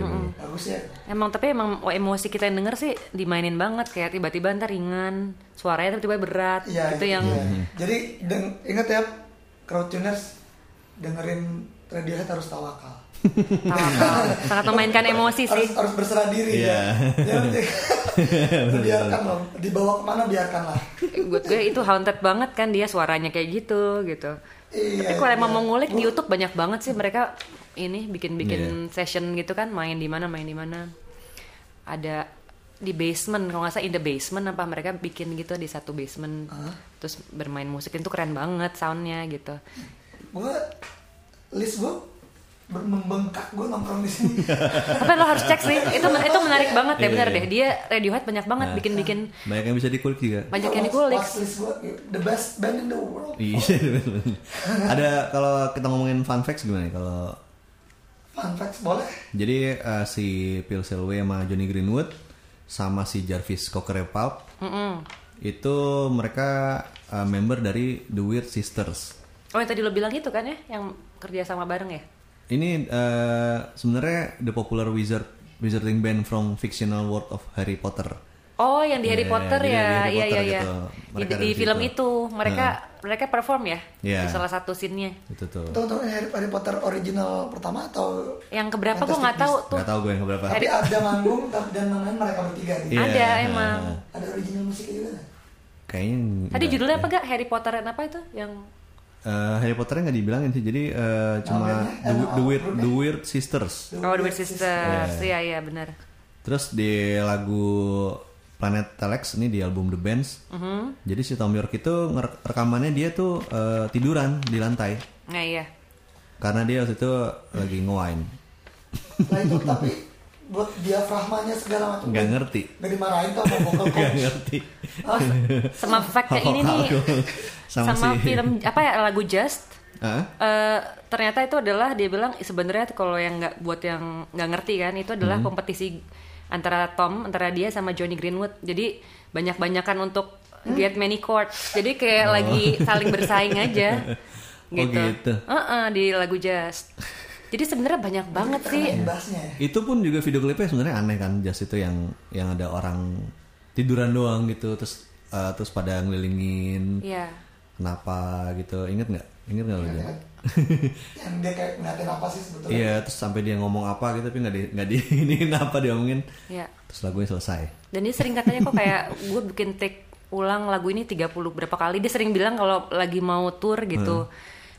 Iya benar.
bagus ya
Emang tapi emang emosi kita yang denger sih dimainin banget kayak tiba-tiba ntar ringan, suaranya tiba-tiba berat
Iya,
gitu yang
iya. Jadi deng- ingat ya, crowd tuners dengerin Radiohead harus tawakal.
tawakal. sangat memainkan emosi sih.
Harus, harus berserah diri
Iya.
ya. Jangan di- biarkan loh, dibawa kemana biarkanlah.
Buat gue itu haunted banget kan dia suaranya kayak gitu gitu.
Iya,
tapi kalau
iya.
emang mau ngulik di YouTube banyak banget sih mereka ini bikin-bikin
Iya.
session gitu kan main di mana main di mana. Ada di basement kalau nggak salah in the basement apa mereka bikin gitu di satu basement terus bermain musik itu keren banget soundnya gitu.
Gue list gue ber- membengkak gue nongkrong di sini.
Tapi lo harus cek sih. Itu itu menarik banget
Iya,
ya benar deh. Dia Radiohead banyak banget
Nah.
bikin-bikin
Banyak yang bisa dikulik juga.
banyak yang
Watch-
dikulik.
watch list gue the best band in the world.
Iya. bener. Ada kalau kita ngomongin fun facts gimana nih kalau
Fun facts boleh?
jadi eh, si Phil Selway sama Johnny Greenwood sama si Jarvis Cocker Pulp itu mereka eh, member dari The Weird Sisters.
Oh yang tadi lo bilang itu kan ya yang kerja sama bareng ya?
Ini eh, sebenarnya the popular wizard wizarding band from fictional world of Harry Potter.
Oh yang di Harry
Iya,
Potter
jadi yang
ya,
di Harry
iya iya
Potter
iya.
gitu.
Di,
Mereka
di
dari
film
situ. Nah.
itu mereka mereka perform ya
Iya.
di salah satu scene-nya.
Itu tuh.
Tahu tahu Harry, Harry Potter original pertama atau
Yang keberapa gue nggak tahu tuh.
Gak tau gue yang keberapa.
tapi ada manggung tapi dan main mereka bertiga gitu.
Iya,
Ada
nah.
emang.
Ada original musiknya juga. nggak?
Kayaknya
Tadi
nggak.
judulnya apa gak? Harry Potter dan apa itu? Yang
Eh, Harry Potternya nggak dibilangin sih, jadi eh,
iya.
cuma
bandnya?
the,
Eh,
The Weird
grupnya?
The Weird Sisters.
Oh The Weird Sisters, iya iya benar.
Terus di lagu Planet Telex ini di album The Bands.
Mm-hmm.
Jadi si Tom York itu ngerek- rekamannya dia tuh eh, tiduran di lantai
Nah iya.
karena dia waktu itu lagi nge-wine.
Nah itu tapi buat diafragmanya segala macam.
Nggak ngerti.
Nggak dimarahin tuh sama vocal
Nggak
coach.
ngerti.
Oh, sama fact-nya ini nih
Vokal gue.
sama,
Sama si-
film apa ya lagu Just
Hah?
Eh, ternyata itu adalah dia bilang sebenarnya kalau yang nggak buat yang nggak ngerti kan itu
Hmm.
adalah kompetisi antara Tom antara dia sama Johnny Greenwood jadi banyak banyakan untuk
Hmm.
get many chords jadi kayak lagi saling bersaing aja
Oh,
gitu,
gitu.
Eh-eh, di lagu Just jadi sebenarnya banyak banget sih
Iya.
Keren bassnya ya.
Itu pun juga video klipnya sebenarnya aneh kan, Just itu yang yang ada orang tiduran doang gitu, terus eh, terus pada ngelilingin.
ya
Kenapa gitu? Ingat nggak? Ingat nggak lu? Jan?
Yang dia kayak ngeliatin apa sih sebetulnya.
Iya, terus sampai dia ngomong apa gitu, tapi nggak di nggak di ini apa dia ngomongin.
ya
Terus lagunya selesai.
dan dia sering katanya kok kayak gue bikin take ulang lagu ini 30 berapa kali. Dia sering bilang kalau lagi mau tour gitu,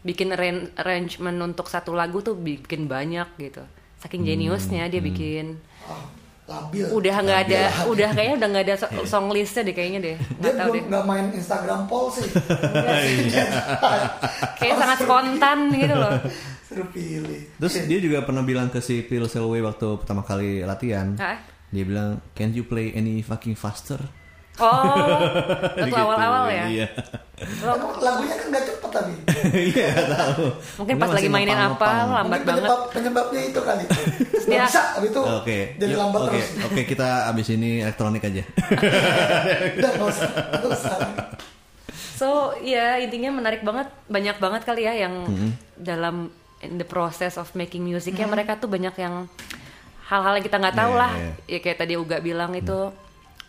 bikin arran- arrangement untuk satu lagu tuh bikin banyak gitu. Saking jeniusnya dia bikin.
Ah, labil
Udah nggak ada, udah kayaknya udah nggak ada so- song listnya deh kayaknya deh.
dia
Nggak tahu deh. Iya.
belum nggak main Instagram poll sih
Kayak sangat spontan gitu loh.
suruh pilih
Terus dia juga pernah bilang ke si Phil Selway waktu pertama kali latihan.
Hah?
Dia bilang, "Can you play any fucking faster?"
Oh, waktu
Gitu.
awal-awal ya.
Iya.
Lo
Emang lagunya kan nggak cepet tapi
Iya, nggak tahu.
mungkin
Dia
pas
masih
lagi mainin apa
ngepang-ngepang.
lambat
Mungkin
banget. Iya.
penyebab- penyebabnya itu kali terus
dia-
bisa habis itu
Oke.
jadi
Yuk,
lambat
Oke,
terus
oke kita abis ini elektronik aja.
udah nggak usah nggak usah
So ya intinya menarik banget, banyak banget kali ya yang dalam in the process of making music ya mereka tuh banyak yang hal-hal yang kita nggak tahu
Iya,
lah.
iya,
Ya kayak tadi Uga bilang itu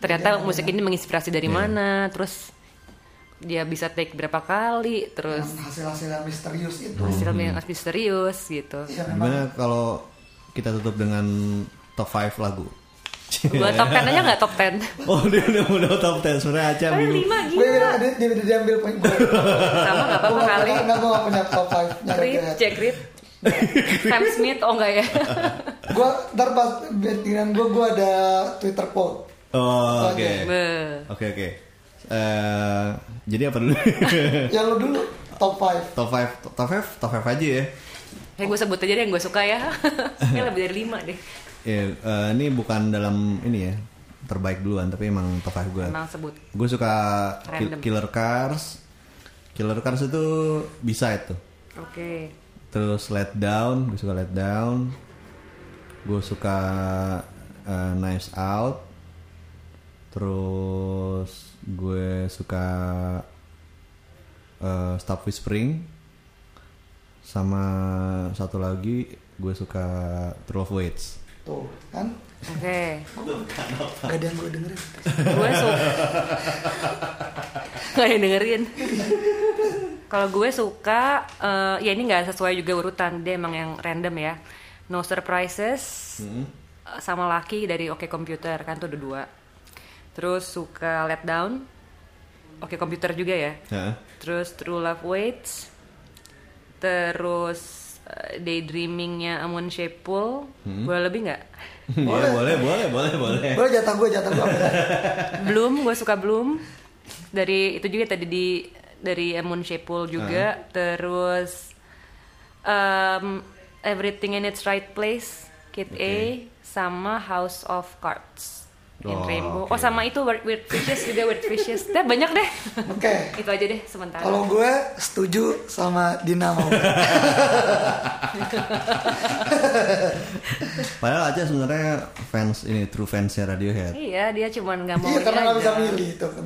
ternyata musik ini menginspirasi dari mana, terus dia bisa take berapa kali, terus
hasil hasil yang misterius itu
hasilnya yang misterius gitu.
ya memang
Gimana kalau kita tutup dengan top 5 lagu?
Gua top 10 aja nggak top 10
Oh, dia udah mau top 10 sebenarnya Aca
Ada
bingung.
lima
gue
gila.
dia dia dia diambil punya gue
Sama nggak apa-apa
nggak
kali.
punya nggak gue nggak punya top five Nggak ada
Rip,
kayak- gitu.
Jack Rip. Sam Smith, oh enggak ya?
gue ntar pas dengan gue gue ada Twitter quote
Oh, oke.
Beuh.
Oke, oke. Eh, jadi apa dulu?
ya lo dulu top five
top 5 top 5 top 5 aja ya.
Ya gue sebut aja deh yang gue suka ya. Ini lebih dari lima deh.
Ya, eh, ini bukan dalam ini ya terbaik duluan tapi emang top 5 gue.
Emang sebut.
Gue suka Ki-
Random.
Killer Cars. Killer Cars itu bisa itu.
Oke.
Terus Let Down, gue suka Let Down. Gue suka eh, Knives Out. Terus gue suka eh, Stop Whispering. Sama satu lagi gue suka True Love Waits.
tuh kan
Oke.
gak ada yang gue dengerin
Gue suka. Gak ada yang dengerin. Kalau gue suka, eh, ya ini nggak sesuai juga urutan. Dia emang yang random ya. No Surprises eh, sama Laki dari Oke Computer kan tuh ada dua. Terus suka Let Down. Oke Computer juga ya.
Ya.
Terus True Love Waits. Terus eh, Daydreamingnya Amon Shepul.
Hmm?
Boleh lebih nggak?
Boleh, Iya, boleh, boleh, boleh, boleh.
gue jatah gue jatah gue
Belum, gue suka belum. Dari itu juga tadi di dari Amon Shepul juga. Terus em, Everything in its Right Place, Kid A, sama House of Cards. In
Oh,
Rainbow.
oke.
Oh sama itu Weird, Weird Fishes juga Weird Fishes. Dah banyak deh.
oke
itu aja deh sementara.
kalau gue setuju sama Dinamo
Iya,
Padahal aja sebenarnya fans ini true fansnya Radiohead.
Iya, dia cuman nggak mau
iya
ini
karena nggak
aja.
bisa milih itu kan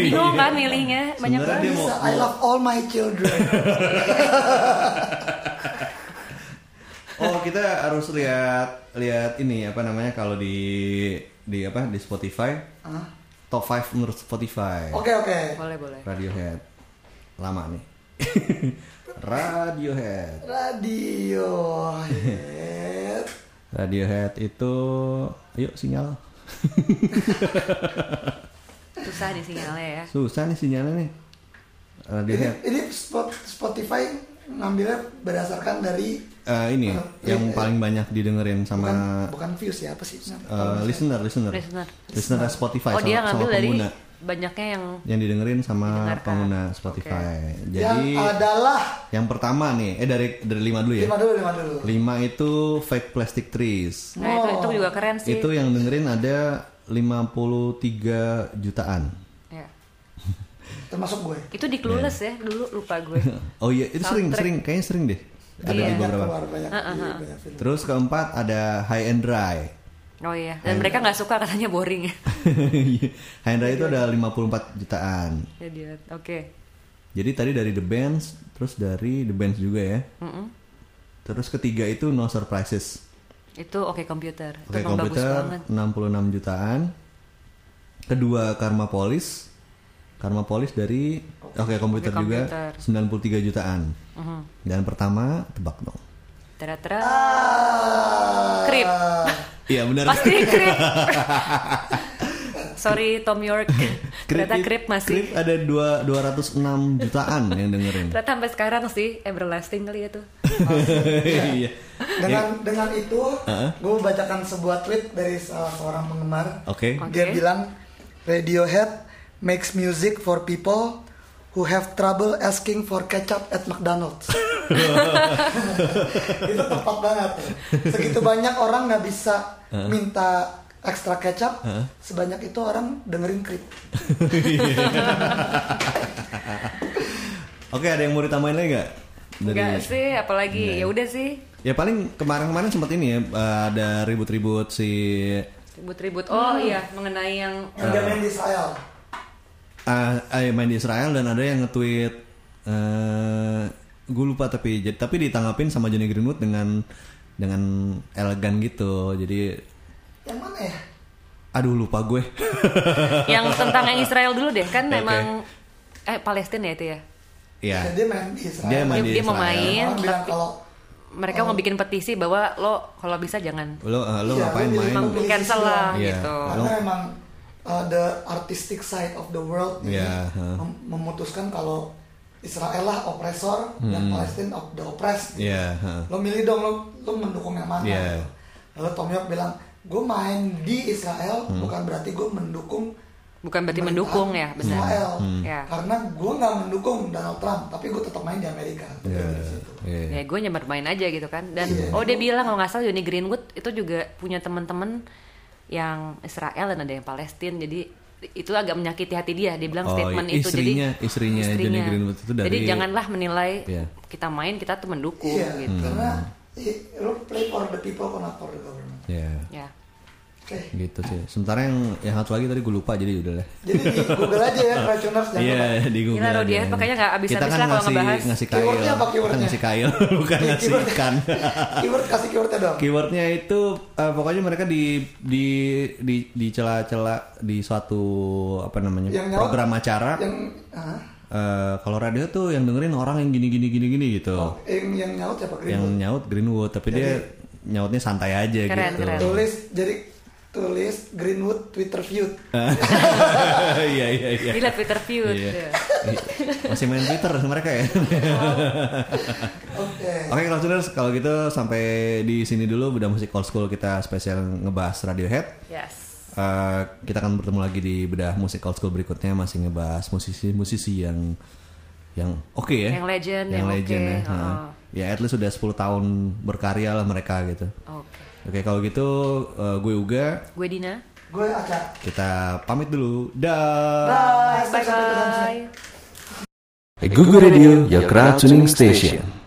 bingung kan milihnya banyak
Iya. Sebenarnya dia Iya,
banget
mau,
bisa I love all my children
Oh kita harus lihat lihat ini apa namanya kalau di di apa di Spotify
Ah.
top 5 menurut Spotify
Oh.
oke oke
boleh boleh
Radiohead lama nih Radiohead
radio
Radiohead itu yuk sinyal
susah nih sinyalnya ya
susah nih sinyalnya nih
ini,
Radiohead
ini Spot- Spotify ngambilnya berdasarkan dari
Eh, ini
Ah.
yang
Iya,
paling banyak didengerin
bukan,
sama
bukan views ya apa sih
eh, listener listener
Listener.
listener Spotify
oh
sama,
dia
sama
ngambil dari
pengguna
banyaknya yang
yang didengerin sama
Didengarkan.
pengguna Spotify
yang
jadi
adalah
Yang pertama nih, eh dari dari lima dulu ya.
lima dulu lima dulu
Lima itu fake plastic trees.
nah itu itu juga keren sih
Itu yang dengerin ada 53 jutaan.
ya.
termasuk gue
itu di Clueless
Iya.
ya dulu lupa gue
Oh iya, itu sering,
Soundtrack.
sering, kayaknya sering deh. Ada
Iya.
di
banyak
beberapa.
keluar banyak, iya, banyak film.
Terus keempat ada high and dry.
oh iya dan mereka nggak suka katanya boring ya
high and dry itu ada 54 jutaan.
jadi Ya, oke
Jadi tadi dari The Bands, terus dari The Bands juga ya.
Mm-mm.
Terus ketiga itu No Surprises.
itu oke komputer itu
Oke,
emang bagus
komputer
banget
66 jutaan. Kedua Karma Polis. Karma Polis dari Oke komputer,
Oh, Oke,
juga
Komputer. Mhm.
93 jutaan. Dan pertama tebak dong.
tera-tera
Ah,
Krip.
Iya benar.
pasti krip sorry Tom York. Ternyata
it-
Creep masih.
Creep ada dua 206 jutaan yang dengerin.
Ternyata sampai sekarang sih everlasting kali ya tuh.
Iya. Ah,
dengan dengan itu gue bacakan sebuah tweet dari salah seorang penggemar
Oke.
dia
Oke.
bilang Radiohead makes music for people who have trouble asking for ketchup at McDonald's itu tepat banget segitu banyak orang nggak bisa minta ekstra kecap sebanyak itu orang dengerin krip
Oke, ada yang mau ditambahin lagi nggak? Dari-
Enggak sih, apalagi ya udah sih
Ya paling kemarin-kemarin sempat ini ya ada ribut-ribut si
ribut-ribut.
Hmm.
Oh iya, mengenai yang
Nggak main di Israel
ah, ah, yang main di Israel dan ada yang nge-tweet eh gue lupa tapi jadi- tapi ditanggapin sama Johnny Greenwood dengan dengan elegan gitu. Jadi
yang mana ya
aduh lupa gue.
yang tentang yang Israel dulu deh kan
Oke.
memang eh Palestina ya itu ya.
ya.
dia main di Israel
Dia main di
Dia- dia mau
Israel.
main.
orang bilang kalau
Mereka mau bikin petisi bahwa lo kalau bisa jangan
Lo eh, lo
Iya,
ngapain
lu jadi
main?
manggung.
meng- cancel lah
Iya.
gitu.
karena memang uh, the artistic side of the world ini
Ya, huh.
mem- memutuskan kalau Israel lah opresor dan Palestine of the oppressed.
Hmm. Iya, heeh.
Lo milih dong lo lo mendukung yang mana?
Iya.
gitu. Lalu Tom York bilang, gue main di Israel
Hmm.
bukan berarti gue mendukung
bukan berarti mendukung ya, benar.
Israel
Hmm.
Ya.
karena gue nggak mendukung Donald Trump tapi gue tetap main di Amerika.
Iya,
Gitu di situ.
iya.
Ya gue nyebar main aja gitu kan. Dan
Iya.
oh dia bilang kalau nggak salah Johnny Greenwood itu juga punya teman-teman yang Israel dan ada yang Palestina. Jadi itu agak menyakiti hati dia. Dia bilang
Oh,
statement itu
istrinya-
jadi
istrinya Johnny Greenwood itu dari-
Jadi janganlah menilai
Iya. Hmm.
kita main kita tuh mendukung
Iya,
gitu.
karena i- lo play for the people, not for the government.
Iya.
Ya.
Oke.
Gitu sih. Sementara yang yang satu lagi tadi gue lupa jadi udah lah.
Jadi di Google aja ya, Rationers jangan lupa.
Iya, di Google.
Gila, Rodi,
ya?
aja.
makanya nggak habis-habis
Kita kan
lah kalau
ngasih,
ngebahas.
ngasih kail.
Keywordnya apa
Kita
keywordnya?
ngasih kail, bukan
Iya,
ngasih Kan.
keyword-
ikan.
keyword kasih keywordnya dong.
Keywordnya itu eh, pokoknya mereka di di di di celah-celah di suatu apa namanya
Yang nyawa-
program acara.
Yang ah,
eh, kalau radio tuh yang dengerin orang yang gini-gini gini-gini gitu.
yang yang nyaut siapa
yang
Oh, Greenwood?
nyaut Greenwood, tapi dia nyautnya santai aja
Keren,
gitu.
keren.
Tulis jadi tulis Greenwood Twitter feud.
Iya iya iya.
Gila Peter Feud.
Iya.
Ya.
Masih main Twitter mereka ya.
Oke.
Oke kalau listeners, kalau gitu sampai di sini dulu Beda Musik Old School kita spesial ngebahas Radiohead.
Yes.
Eh, kita akan bertemu lagi di Bedah Musik Old School berikutnya masih ngebahas musisi-musisi yang yang oke ya.
Yang legend,
yang,
yang
legend
oke,
ya. ha.
heeh.
Ya at least sudah 10 tahun berkarya lah mereka gitu.
Oke.
Oke kalau gitu eh, gue Uga
Gue Dina.
Gue acak.
kita pamit dulu. Dah.
Bye
Bye. Sampai ketemu.
bye.
Google Radio, your crowd tuning station.